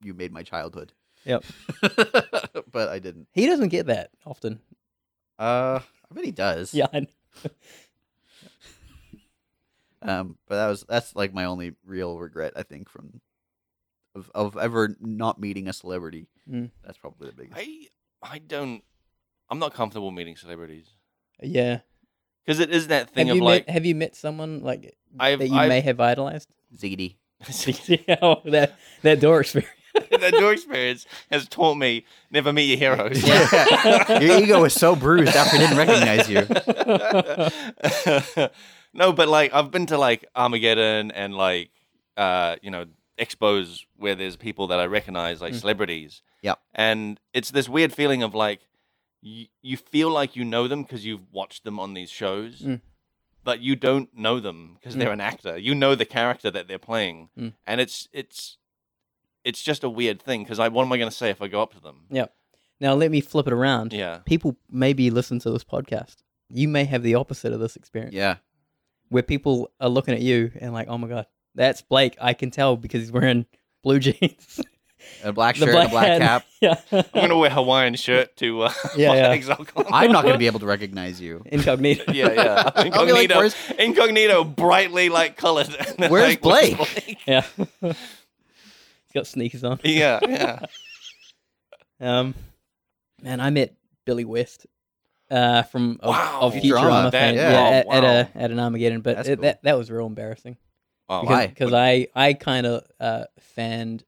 S1: you made my childhood."
S3: Yep.
S1: but I didn't.
S3: He doesn't get that often.
S1: Uh, I bet he does.
S3: Yeah. I know.
S1: Um, but that was that's like my only real regret I think from of of ever not meeting a celebrity.
S3: Mm.
S1: That's probably the biggest.
S2: I I don't. I'm not comfortable meeting celebrities
S3: Yeah.
S2: because it is that thing
S3: have
S2: of
S3: you
S2: like
S3: met, have you met someone like
S2: I've-
S3: that you
S2: I've-
S3: may have idolized?
S1: Ziggy.
S3: yeah, oh, that that door experience.
S2: that door experience has taught me never meet your heroes.
S1: Yeah. Your ego was so bruised after I didn't recognize you.
S2: no, but like I've been to like Armageddon and like uh you know expos where there's people that I recognize like
S3: Mm.
S2: celebrities.
S1: Yep.
S2: And it's this weird feeling of like you, you feel like you know them because you've watched them on these shows,
S3: Mm.
S2: but you don't know them because they're an actor. You know the character that they're playing,
S3: Mm.
S2: and it's it's it's just a weird thing because I what am I going to say if I go up to them?
S3: Now let me flip it around.
S2: Yeah,
S3: People maybe listen to this podcast. You may have the opposite of this experience,
S1: Yeah.
S3: where people are looking at you and like, "Oh my god, that's Blake. I can tell because he's wearing blue jeans,
S1: And a black
S3: The
S1: shirt, and a black
S3: hat.
S1: cap.
S3: yeah,
S2: I'm going to wear Hawaiian shirt to uh,
S3: Yeah, yeah.
S2: Exalcon.
S1: I'm not going to be able to recognize you.
S3: incognito."
S2: yeah, yeah.
S1: I'll be like,
S2: Incognito,
S1: where's,
S2: incognito, brightly like colored. And they're
S1: Where's
S2: like, "Where's
S1: Blake?"
S2: Blake?
S3: yeah, he's got sneakers on.
S2: yeah, yeah.
S3: Um, man, I met Billy West uh, from of,
S2: Wow.
S3: of Futurama,
S1: Futurama, that-
S3: fame. yeah,
S2: yeah.
S3: at,
S2: Oh,
S3: at
S2: wow.
S3: a at an Armageddon, but
S1: That's
S3: it,
S1: cool.
S3: that that was real embarrassing
S2: Oh,
S1: Why?
S3: because I I kind of uh fanned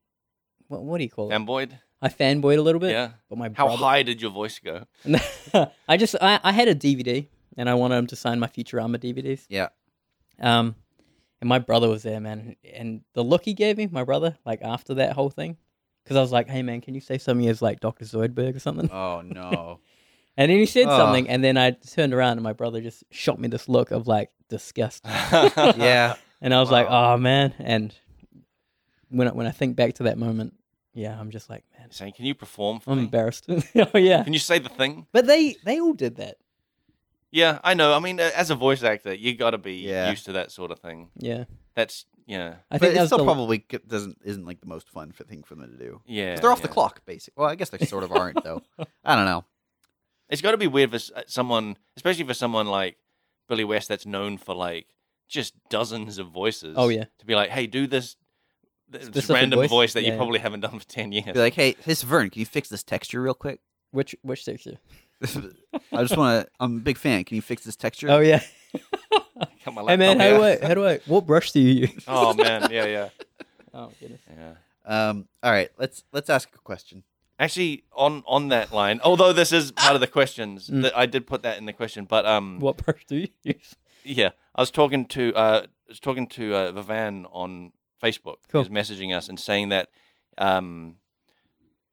S3: what what do you call it?
S2: Amboyd.
S3: I fanboyed a little bit,
S2: Yeah.
S3: but my
S2: How
S3: brother,
S2: high did your voice go?
S3: I just I, I had a DVD and I wanted him to sign my Futurama DVDs.
S1: Yeah.
S3: Um, and my brother was there, man, and the look he gave me, my brother, like after that whole thing, because I was like, hey man, can you say something as like Doctor Zoidberg or something?
S1: Oh, no.
S3: And then he said
S1: Ugh.
S3: something, and then I turned around, and my brother just shot me this look of like disgust,
S1: yeah.
S3: and I was like,
S1: Wow.
S3: "Oh man!" And when I, when I think back to that moment, yeah, I'm just like, man,
S2: Saying, can you perform for
S3: I'm
S2: me?
S3: embarrassed. oh yeah,
S2: Can you say the thing?
S3: but they they all did that.
S2: Yeah, I know. I mean, uh, as a voice actor, you got to be
S1: Yeah.
S2: used to that sort of thing.
S3: Yeah,
S2: That's yeah,
S3: I
S1: but
S3: think that
S1: it
S3: was
S1: still
S3: the
S1: probably g- doesn't isn't like the most fun for thing for them to do.
S2: yeah.
S1: 'Cause they're off the
S2: yeah.
S1: clock, basically. Well, I guess they sort of aren't though. I don't know.
S2: It's got to be weird for s- uh, someone, especially for someone like Billy West, that's known for like just dozens of voices.
S3: Oh, yeah.
S2: to be like, hey, do this th- this
S3: Specific
S2: random voice,
S3: voice?
S2: that
S3: Yeah,
S2: you
S3: yeah.
S2: probably haven't done for ten years.
S1: Be like, hey, this Vern, can you fix this texture real quick?
S3: which which section?
S1: I just want to. I'm a big fan. Can you fix this texture?
S3: Oh yeah.
S2: Got my
S3: Hey man,
S2: laptop
S3: how do
S2: out.
S3: I how do I what brush do you use?
S2: Oh man, yeah, yeah,
S3: Oh goodness.
S2: yeah.
S1: Um. All right. Let's let's ask a question.
S2: Actually, on on that line, although this is part of the questions
S3: Mm.
S2: that I did put that in the question, but um,
S3: What brush do you use?
S2: Yeah, I was talking to uh, I was talking to uh, Vivan on Facebook.
S3: Cool.
S2: He was messaging us and saying that um,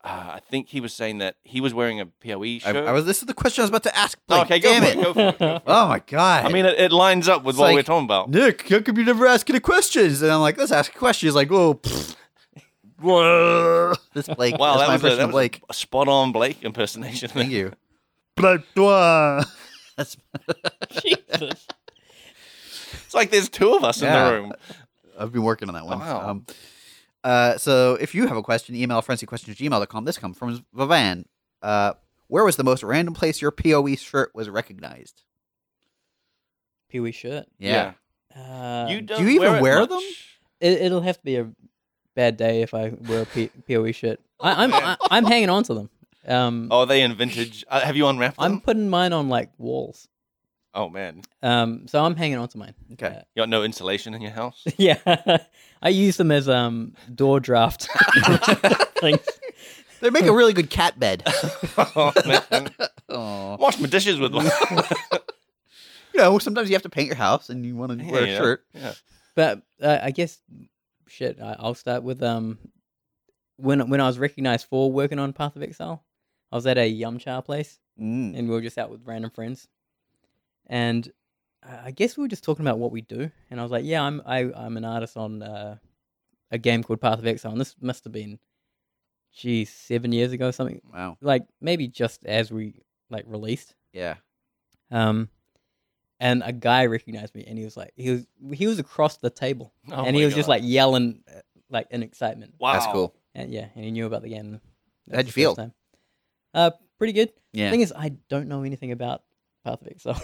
S2: uh, I think he was saying that he was wearing a POE
S1: I,
S2: shirt.
S1: I was. This is the question I was about to ask.
S2: Oh,
S1: Blake.
S2: okay, go
S1: Damn
S2: for
S1: it.
S2: it. Go for it. Go for it.
S1: Oh my god.
S2: I mean, it, it lines up with
S1: It's
S2: what
S1: like-
S2: we're talking about.
S1: Nick, how come you never ask any questions? And I'm like, let's ask a question. He's like, whoa. pfft. Whoa. this Blake.
S2: Wow,
S1: that's
S2: that
S1: my
S2: was, a,
S1: impression
S2: that
S1: of
S2: was
S1: Blake.
S2: a spot on Blake impersonation.
S1: Thank you. That's
S3: Jesus.
S2: it's like there's two of us
S1: Yeah.
S2: in the room.
S1: I've been working on that one.
S2: Wow.
S1: Um, uh, so if you have a question, email frenzyquestions@gmail.com. This comes from Vivan. Uh, where was the most random place your POE shirt was recognized?
S3: Pee wee shirt.
S1: Yeah.
S3: Uh,
S2: You don't
S1: you even
S2: it
S1: wear
S2: much.
S1: them?
S3: It, it'll have to be a bad day if I wear a P- POE shirt. I, I'm
S2: man.
S3: I, I'm hanging on to them. Um,
S2: Oh, are they in vintage? Uh, have you unwrapped them?
S3: I'm putting mine on like walls.
S2: Oh man,
S3: Um, so I'm hanging on to mine. Uh,
S1: Okay.
S2: you got no insulation in your house.
S3: yeah, I use them as um door draft things.
S1: They make a really good cat bed.
S2: oh man,
S1: Aw.
S2: wash my dishes with one.
S1: You know, sometimes you have to paint your house and you want to wear a
S2: Yeah.
S1: shirt.
S2: yeah.
S3: But uh, I guess shit. I, I'll start with um when when I was recognized for working on Path of Exile. I was at a yum cha place
S1: Mm.
S3: and we were just out with random friends, and I I guess we were just talking about what we do. And I was like, "Yeah, I'm I, I'm an artist on uh, a game called Path of Exile." And this must have been, geez, seven years ago or something.
S1: Wow.
S3: Like maybe just as we like released.
S1: Yeah.
S3: Um, and a guy recognized me, and he was like, he was he was across the table,
S2: Oh,
S3: and he
S2: my
S3: was just
S2: God.
S3: like yelling, uh, like in excitement.
S2: wow,
S1: That's cool.
S3: And yeah, and he knew about the game.
S1: How'd
S3: That's the
S1: you
S3: first
S1: feel?
S3: Time. Uh, pretty good.
S1: Yeah.
S3: Thing is, I don't know anything about Path of Exile.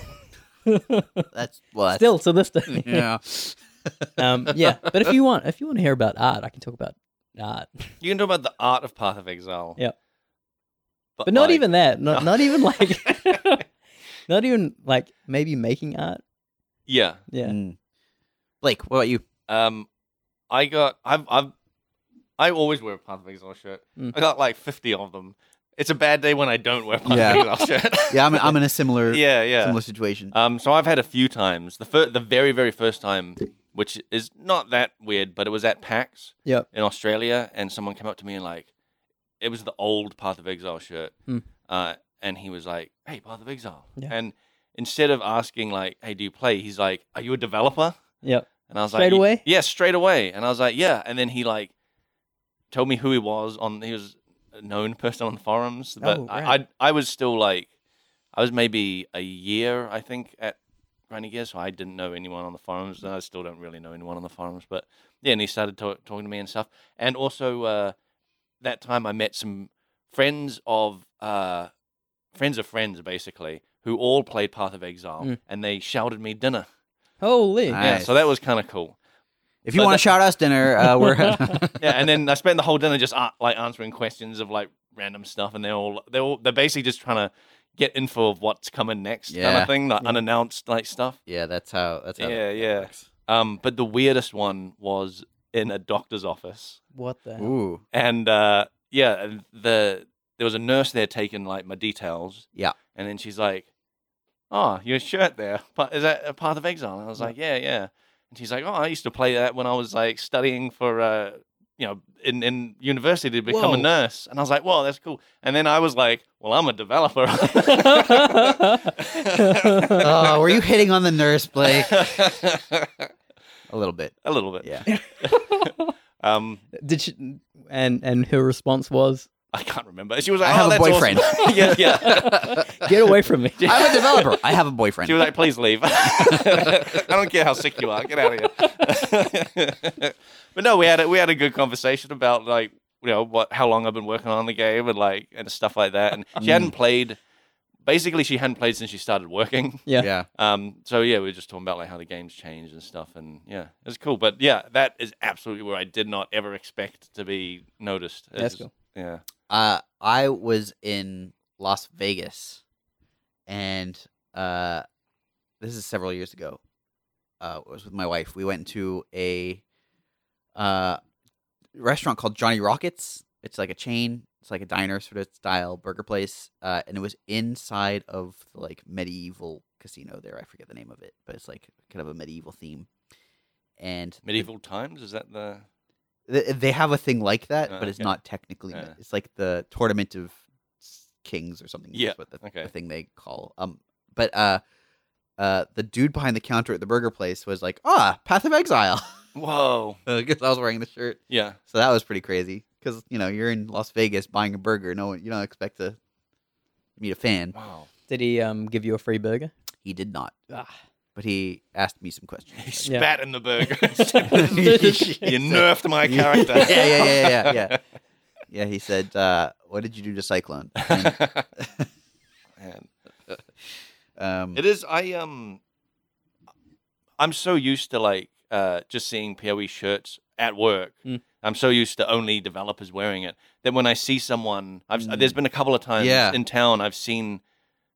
S1: That's what.
S3: Still to this day.
S1: Yeah.
S3: Um, yeah. But if you want, if you want to hear about art, I can talk about art.
S2: You can talk about the art of Path of Exile.
S3: Yep. But not
S2: like-
S3: even that. Not,
S2: No.
S3: not even like, not even like maybe making art.
S2: Yeah.
S3: Yeah.
S1: Mm. Blake, what about you?
S2: Um, I got. I've. I've. I always wear a Path of Exile shirt.
S3: Mm.
S2: I got like fifty of them. It's a bad day when I don't wear a Path
S1: Yeah.
S2: of Exile shirt.
S1: Yeah, I'm, I'm in a similar
S2: yeah. Yeah.
S1: similar situation.
S2: Um. So I've had a few times. The fir- the very very first time, which is not that weird, but it was at PAX.
S3: Yep.
S2: in Australia, and someone came up to me and like, it was the old Path of Exile shirt,
S3: Hmm.
S2: uh, and he was like, "Hey, Path of Exile,"
S3: Yeah.
S2: and instead of asking like, "Hey, do you play?" He's like, "Are you a developer?"
S3: Yep.
S2: And I was like,
S3: Straight
S2: "Y-
S3: away?
S2: Yeah, straight away. And I was like, "Yeah." And then he like told me who he was on. He was a known person on the forums, but
S3: Oh,
S2: I,
S3: right.
S2: I I was still like, I was maybe a year I think at Granny Gear, so I didn't know anyone on the forums. And I still don't really know anyone on the forums, but yeah. And he started to- talking to me and stuff. And also uh, that time I met some friends of uh, friends of friends basically who all played Path of Exile,
S3: Mm.
S2: and they shouted me dinner.
S3: Holy.
S1: Ah.
S2: Yeah,
S1: Nice.
S2: so that was kind of cool.
S1: If you
S2: But
S1: want to
S2: that-
S1: shout us dinner, uh, we're
S2: yeah, and then I spent the whole dinner just uh, like answering questions of like random stuff, and they're all they're all, they're basically just trying to get info of what's coming next kind
S1: Yeah.
S2: of thing, like
S3: Yeah.
S2: unannounced like stuff.
S1: yeah. That's how. That's how.
S2: Yeah,
S1: that
S2: yeah.
S1: works.
S2: Um, but the weirdest one was in a doctor's office,
S3: What the hell?
S1: Ooh.
S2: and uh, yeah, and the there was a nurse there taking like my details.
S1: Yeah.
S2: and then she's like, "Oh, your shirt there pa- is that a Path of Exile?" And I was
S3: Yeah.
S2: like, "Yeah, yeah." And she's like, "Oh, I used to play that when I was like studying for uh, you know, in in university to become
S3: Whoa.
S2: a nurse." And I was like, "Whoa, that's cool." And then I was like, "Well, I'm a developer."
S1: Oh, were you hitting on the nurse, Blake? a little bit.
S2: a little bit.
S1: Yeah.
S2: Um,
S3: Did she? And and her response was,
S2: I can't remember. She was like,
S1: I have
S2: "Oh,
S1: a
S2: that's awesome."
S1: boyfriend.
S2: yeah, yeah.
S3: "Get away from me."
S1: I'm a developer. I have a boyfriend.
S2: She was like, please leave. I don't care how sick you are. Get out of here. but no, we had a, we had a good conversation about like you know what how long I've been working on the game and like and stuff like that. And she hadn't played. Basically, she hadn't played since she started working.
S3: Yeah.
S1: yeah.
S2: Um. So yeah, we were just talking about like how the game's changed and stuff. And yeah, it was cool. But yeah, that is absolutely where I did not ever expect to be noticed. It
S3: That's
S2: was-
S3: cool.
S2: Yeah.
S1: uh, I was in Las Vegas, and uh, this is several years ago. Uh, it was with my wife. We went to a uh, restaurant called Johnny Rockets. It's like a chain. It's like a diner sort of style burger place, uh, and it was inside of the, like medieval casino there. I forget the name of it, but it's like kind of a medieval theme. And the-
S2: Medieval times is that the
S1: th- they have a thing like that,
S2: Uh,
S1: but it's
S2: okay.
S1: not technically. me-
S2: Yeah.
S1: It's like the tournament of s- kings or something. is
S2: Yeah,
S1: what the,
S2: okay.
S1: the thing they call. Um, but uh, uh, the dude behind the counter at the burger place was like, "Ah, Path of Exile,"
S2: whoa.
S1: because I was wearing the shirt,
S2: Yeah.
S1: so that was pretty crazy. Because you know you're in Las Vegas buying a burger, no one you don't expect to meet a fan.
S2: Wow.
S3: Did he um give you a free burger?
S1: He did not,
S3: Ah.
S1: but he asked me some questions.
S2: He
S3: Yeah.
S2: spat in the burger. you
S1: You
S2: nerfed my
S1: Yeah.
S2: character.
S1: yeah, yeah, yeah, yeah, yeah. Yeah, he said, uh, "What did you do to Cyclone?" And,
S2: Man.
S1: um,
S2: It is. I um, I'm so used to like uh, just seeing POE shirts at work.
S3: Mm.
S2: I'm so used to only developers wearing it that when I see someone, I've there's been a couple of times
S1: Mm. Yeah.
S2: in town I've seen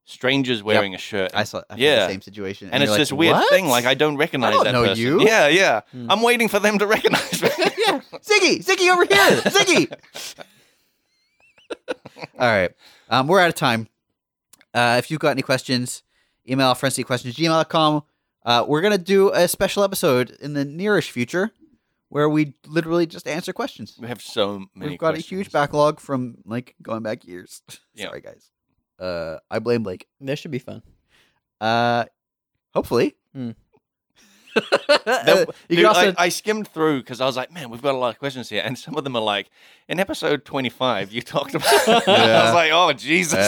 S2: strangers wearing a shirt.
S1: I saw I yeah.
S2: Yeah.
S1: the same situation.
S2: and, it's
S1: you're like,
S2: this weird
S1: "What?
S2: thing, like I don't recognize
S1: don't
S2: that
S1: know
S2: person.
S1: you.
S2: Yeah, yeah.
S3: Mm.
S2: I'm waiting for them to recognize me.
S1: yeah, Ziggy, Ziggy over here, Ziggy. All right, um, we're out of time. Uh, if you've got any questions, email frenzyquestionsgmail.com. Uh, we're gonna do a special episode in the nearish future where we literally just answer questions.
S2: We have so many.
S1: We've got
S2: questions.
S1: a huge backlog from like going back years.
S2: Yeah.
S1: Sorry, guys. Uh, I blame Blake.
S3: That should be fun.
S1: Uh, hopefully.
S3: Hmm.
S1: Uh, you
S2: Dude,
S1: can also
S2: I, I skimmed through because I was like, man, we've got a lot of questions here, and some of them are like, in episode twenty-five, you talked about. I
S1: Yeah.
S2: was like, oh Jesus.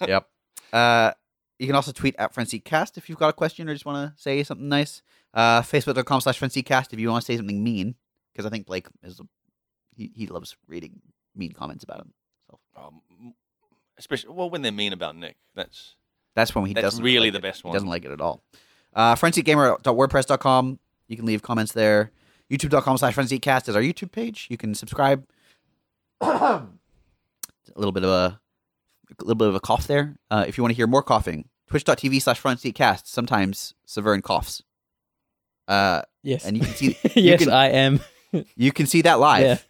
S1: yep. Uh, you can also tweet at FrenzyCast if you've got a question or just want to say something nice. Uh, Facebook.com slash FrenzyCast if you want to say something mean, because I think Blake is he, he loves reading mean comments about him.
S2: Um, especially well when they're mean about Nick. That's
S1: That's when he
S2: That's
S1: doesn't
S2: really
S1: like
S2: the
S1: it.
S2: best
S1: He doesn't
S2: one.
S1: like it at all. Uh, FrenzyGamer.wordpress.com. You can leave comments there. YouTube.com slash FrenzyCast is our YouTube page. You can subscribe. a little bit of a, a little bit of a cough there. Uh, if you want to hear more coughing, twitch.tv slash FrenzyCast. Sometimes Severn coughs. Uh,
S3: Yes.
S1: and you can see you
S3: yes,
S1: can,
S3: I am.
S1: you can see that live.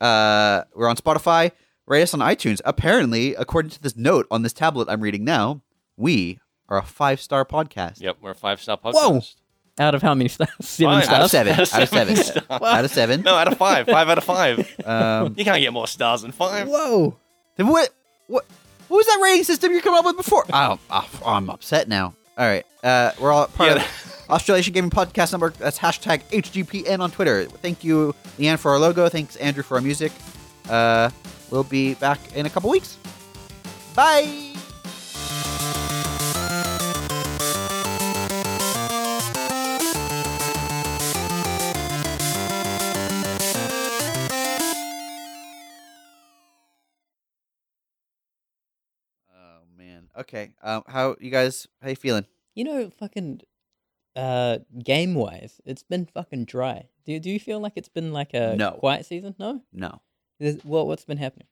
S1: Uh, we're on Spotify. Rate us on iTunes. Apparently, according to this note on this tablet I'm reading now, we are a five star podcast.
S2: yep. We're a five-star podcast.
S1: Whoa.
S3: Out of how many stars? Seven
S2: Five.
S1: Out of seven.
S3: stars.
S1: Out of seven.
S2: Seven stars.
S1: Out of seven.
S2: No, out of five. Five out of five.
S1: Um,
S2: you can't get more stars than five.
S3: Whoa.
S1: then what? What? What was that rating system you come up with before? I don't, I, I'm upset now. All right, uh, we're all part
S2: Yeah,
S1: of Australasian Gaming Podcast Network. That's hashtag HGPN on Twitter. Thank you, Leanne, for our logo. Thanks, Andrew, for our music. Uh, we'll be back in a couple weeks. Bye. Oh man. Okay. Um, how you guys? How you feeling?
S3: You know, fucking uh game wise, it's been fucking dry. Do do you feel like it's been like a
S1: No.
S3: quiet season? No?
S1: No.
S3: There's, well, what's been happening?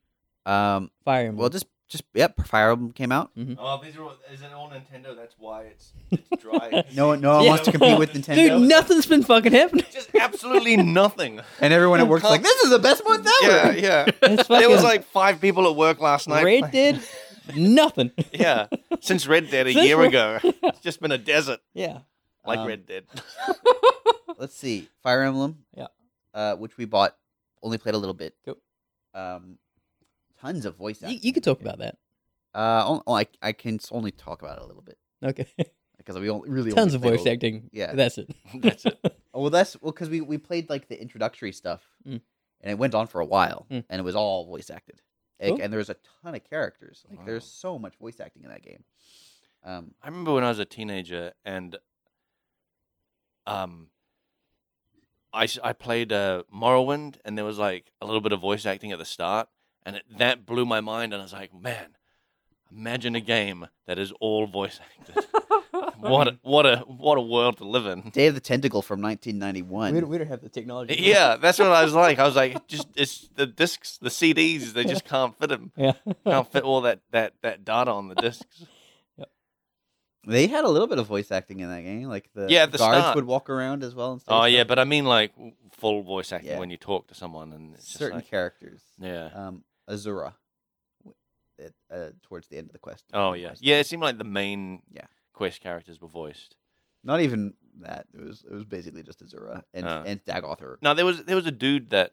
S1: Um.
S3: Fire Emblem.
S1: Well, just just yep. Fire Emblem came out.
S2: Oh, these are all, is it all Nintendo? That's why it's, it's dry.
S1: No one, no one
S3: Yeah.
S1: wants to compete with Nintendo.
S3: Dude, nothing's been fucking happening.
S2: Just absolutely nothing.
S1: And everyone at work's like, "This is the best month
S2: Yeah,
S1: ever."
S2: yeah.
S3: It's
S2: There
S3: fucking
S2: was like five people at work last night.
S3: Red Dead, nothing.
S2: Yeah, since Red Dead a
S3: Since
S2: year
S3: Red-
S2: ago, it's just been a desert
S3: Yeah.
S2: like
S1: Um,
S2: Red Dead.
S1: Let's see, Fire Emblem.
S3: Yeah.
S1: Uh, which we bought, only played a little bit.
S3: Cool.
S1: Um, tons of voice
S3: You,
S1: acting.
S3: you could talk about that.
S1: Uh, on- oh, I I can s- only talk about it a little bit
S3: Okay.
S1: because we only really only
S3: Tons of
S1: played a
S3: voice
S1: little-
S3: acting.
S1: Yeah.
S3: That's it.
S2: That's it.
S1: Oh, well, that's well because we we played like the introductory stuff,
S3: Mm.
S1: and it went on for a while,
S3: Mm.
S1: and it was all voice acted, Like,
S3: Cool.
S1: and there was a ton of characters. Like
S2: Wow.
S1: there's so much voice acting in that game. Um,
S2: I remember when I was a teenager and um I s- I played uh, Morrowind and there was like a little bit of voice acting at the start and it, that blew my mind and I was like, man, imagine a game that is all voice acted. what a, what a what a world to live in.
S1: Day of the Tentacle from
S3: We don't,
S1: 1991.
S3: we don't have the technology.
S2: Yeah, that's what I was like. I was like, just it's the discs, the CDs, they just can't fit them.
S3: Yeah.
S2: Can't fit all that that that data on the discs.
S1: They had a little bit of voice acting in that game. Like the
S2: Yeah, at the
S1: guards
S2: start.
S1: would walk around as well. And say
S2: Oh
S1: stuff.
S2: yeah, but I mean like full voice acting
S1: Yeah.
S2: when you talk to someone and it's just
S1: certain
S2: like-
S1: characters.
S2: yeah.
S1: Um, Azura. w- At, uh, towards the end of the quest.
S2: Oh yeah, yeah. It seemed like the main
S1: Yeah.
S2: quest characters were voiced.
S1: Not even that. It was it was basically just Azura and
S2: Uh.
S1: and Dagoth. Or,
S2: No, there was there was a dude that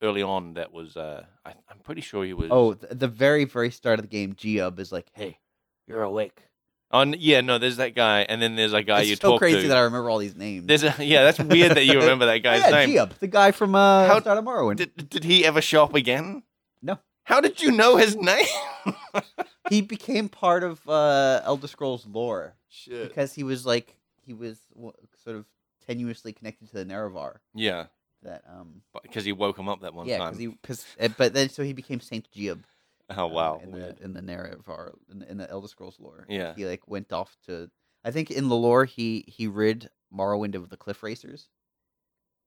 S2: early on that was. Uh, I, I'm pretty sure he was.
S1: Oh, th- the very very start of the game, Geob is like, "Hey, you're awake."
S2: on Oh, yeah. No, there's that guy, and then there's a guy
S1: it's
S2: you
S1: so
S2: talk
S1: crazy
S2: to.
S1: that I remember all these names.
S2: There's a, yeah. That's weird that you remember that
S1: Oh,
S2: guy's
S1: yeah,
S2: name.
S1: Geob, the guy from uh,
S2: How-
S1: Start of Morrowind.
S2: Did did he ever show up again?
S1: No.
S2: How did you know his name?
S1: he became part of uh, Elder Scrolls lore
S2: Shit.
S1: because he was like he was w- sort of tenuously connected to the Nerevar.
S2: Yeah,
S1: That um
S2: because he woke him up that one
S1: yeah,
S2: time.
S1: because he because but then so he became Saint Geob.
S2: oh
S1: um,
S2: wow.
S1: in
S2: weird.
S1: the in the Nerevar in, the- in the Elder Scrolls lore,
S2: Yeah.
S1: he like went off to. I think in the lore he he rid Morrowind of the Cliff Racers.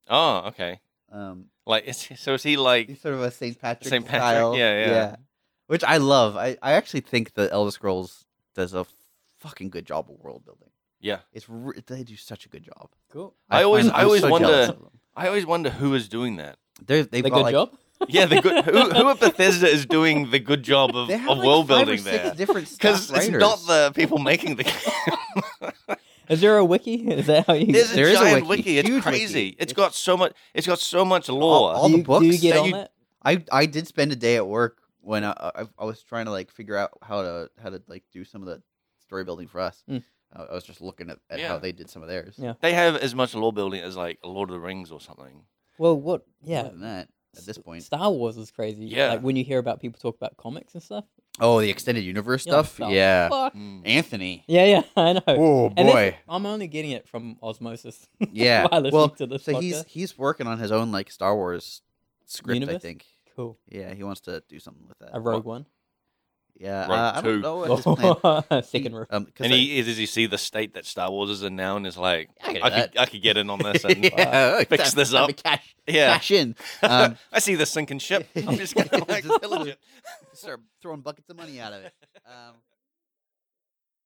S2: Oh okay.
S1: Um,
S2: Like is he- so is he like
S1: he's sort of a Saint Patrick
S2: Saint Patrick,
S1: style.
S2: yeah, yeah.
S1: Which I love. I I actually think the Elder Scrolls does a fucking good job of world building.
S2: yeah.
S1: It's re- they do such a good job.
S3: Cool.
S2: I always-
S1: find-
S2: I
S1: I'm
S2: always
S1: so
S2: wonder-
S1: jealous of them.
S2: I always wonder who is doing that.
S1: They're, they've
S3: The
S1: got
S3: good
S1: like,
S3: job.
S2: Yeah, the good who, who at Bethesda is doing the good job of,
S1: They
S2: of
S1: have like
S2: world
S1: five or
S2: building
S1: six
S2: there
S1: different
S2: because
S1: staff
S2: it's not
S1: writers.
S2: the people making the game.
S3: Is there a wiki? Is that how you?
S2: There's a
S1: There is a
S2: giant
S1: wiki,
S2: wiki. It's
S1: huge wiki.
S2: crazy. It's got so much. It's got so much
S1: all,
S2: lore.
S1: all
S3: do
S1: the
S3: you, Do you
S1: books.
S3: get
S2: that
S3: on
S2: you-
S3: that?
S1: I I did spend a day at work when I, I I was trying to like figure out how to how to like do some of the story building for us.
S3: Mm.
S1: I, I was just looking at, at
S2: Yeah.
S1: how they did some of theirs.
S3: Yeah.
S2: They have as much lore building as like Lord of the Rings or something.
S3: Well, what?
S1: More
S3: Yeah.
S1: than that at this point.
S3: Star Wars is crazy.
S2: Yeah.
S3: Like when you hear about people talk about comics and stuff.
S1: Oh, the extended universe
S3: you're like,
S1: stuff.
S3: "The
S1: Yeah,
S3: fuck?"
S1: Hmm.
S2: Mm.
S1: Anthony.
S3: Yeah, yeah, I know.
S1: Oh
S3: And this-
S1: boy.
S3: I'm only getting it from osmosis.
S1: Yeah.
S3: While listening
S1: well,
S3: to this
S1: so he's
S3: podcast.
S1: he's working on his own like Star Wars script. I
S3: Universe?
S1: think.
S3: cool.
S1: Yeah, he wants to do something with that.
S3: A rogue one.
S1: Yeah,
S2: Rogue
S1: uh, I don't
S2: Two.
S1: know what his plan.
S3: Second row.
S1: Um, 'cause
S2: And
S1: I-
S2: he is. Does he see the state that Star Wars is in now and is like,
S1: I get
S2: I could, I could get in on this. And,
S1: yeah, it's
S2: fix
S1: time-
S2: this
S1: time
S2: up.
S1: to Cash,
S2: yeah,
S1: cash in. Um,
S2: I see the sinking ship. I'm just gonna like
S1: Just-
S2: pillage it.
S1: start throwing buckets of money out of it. Um,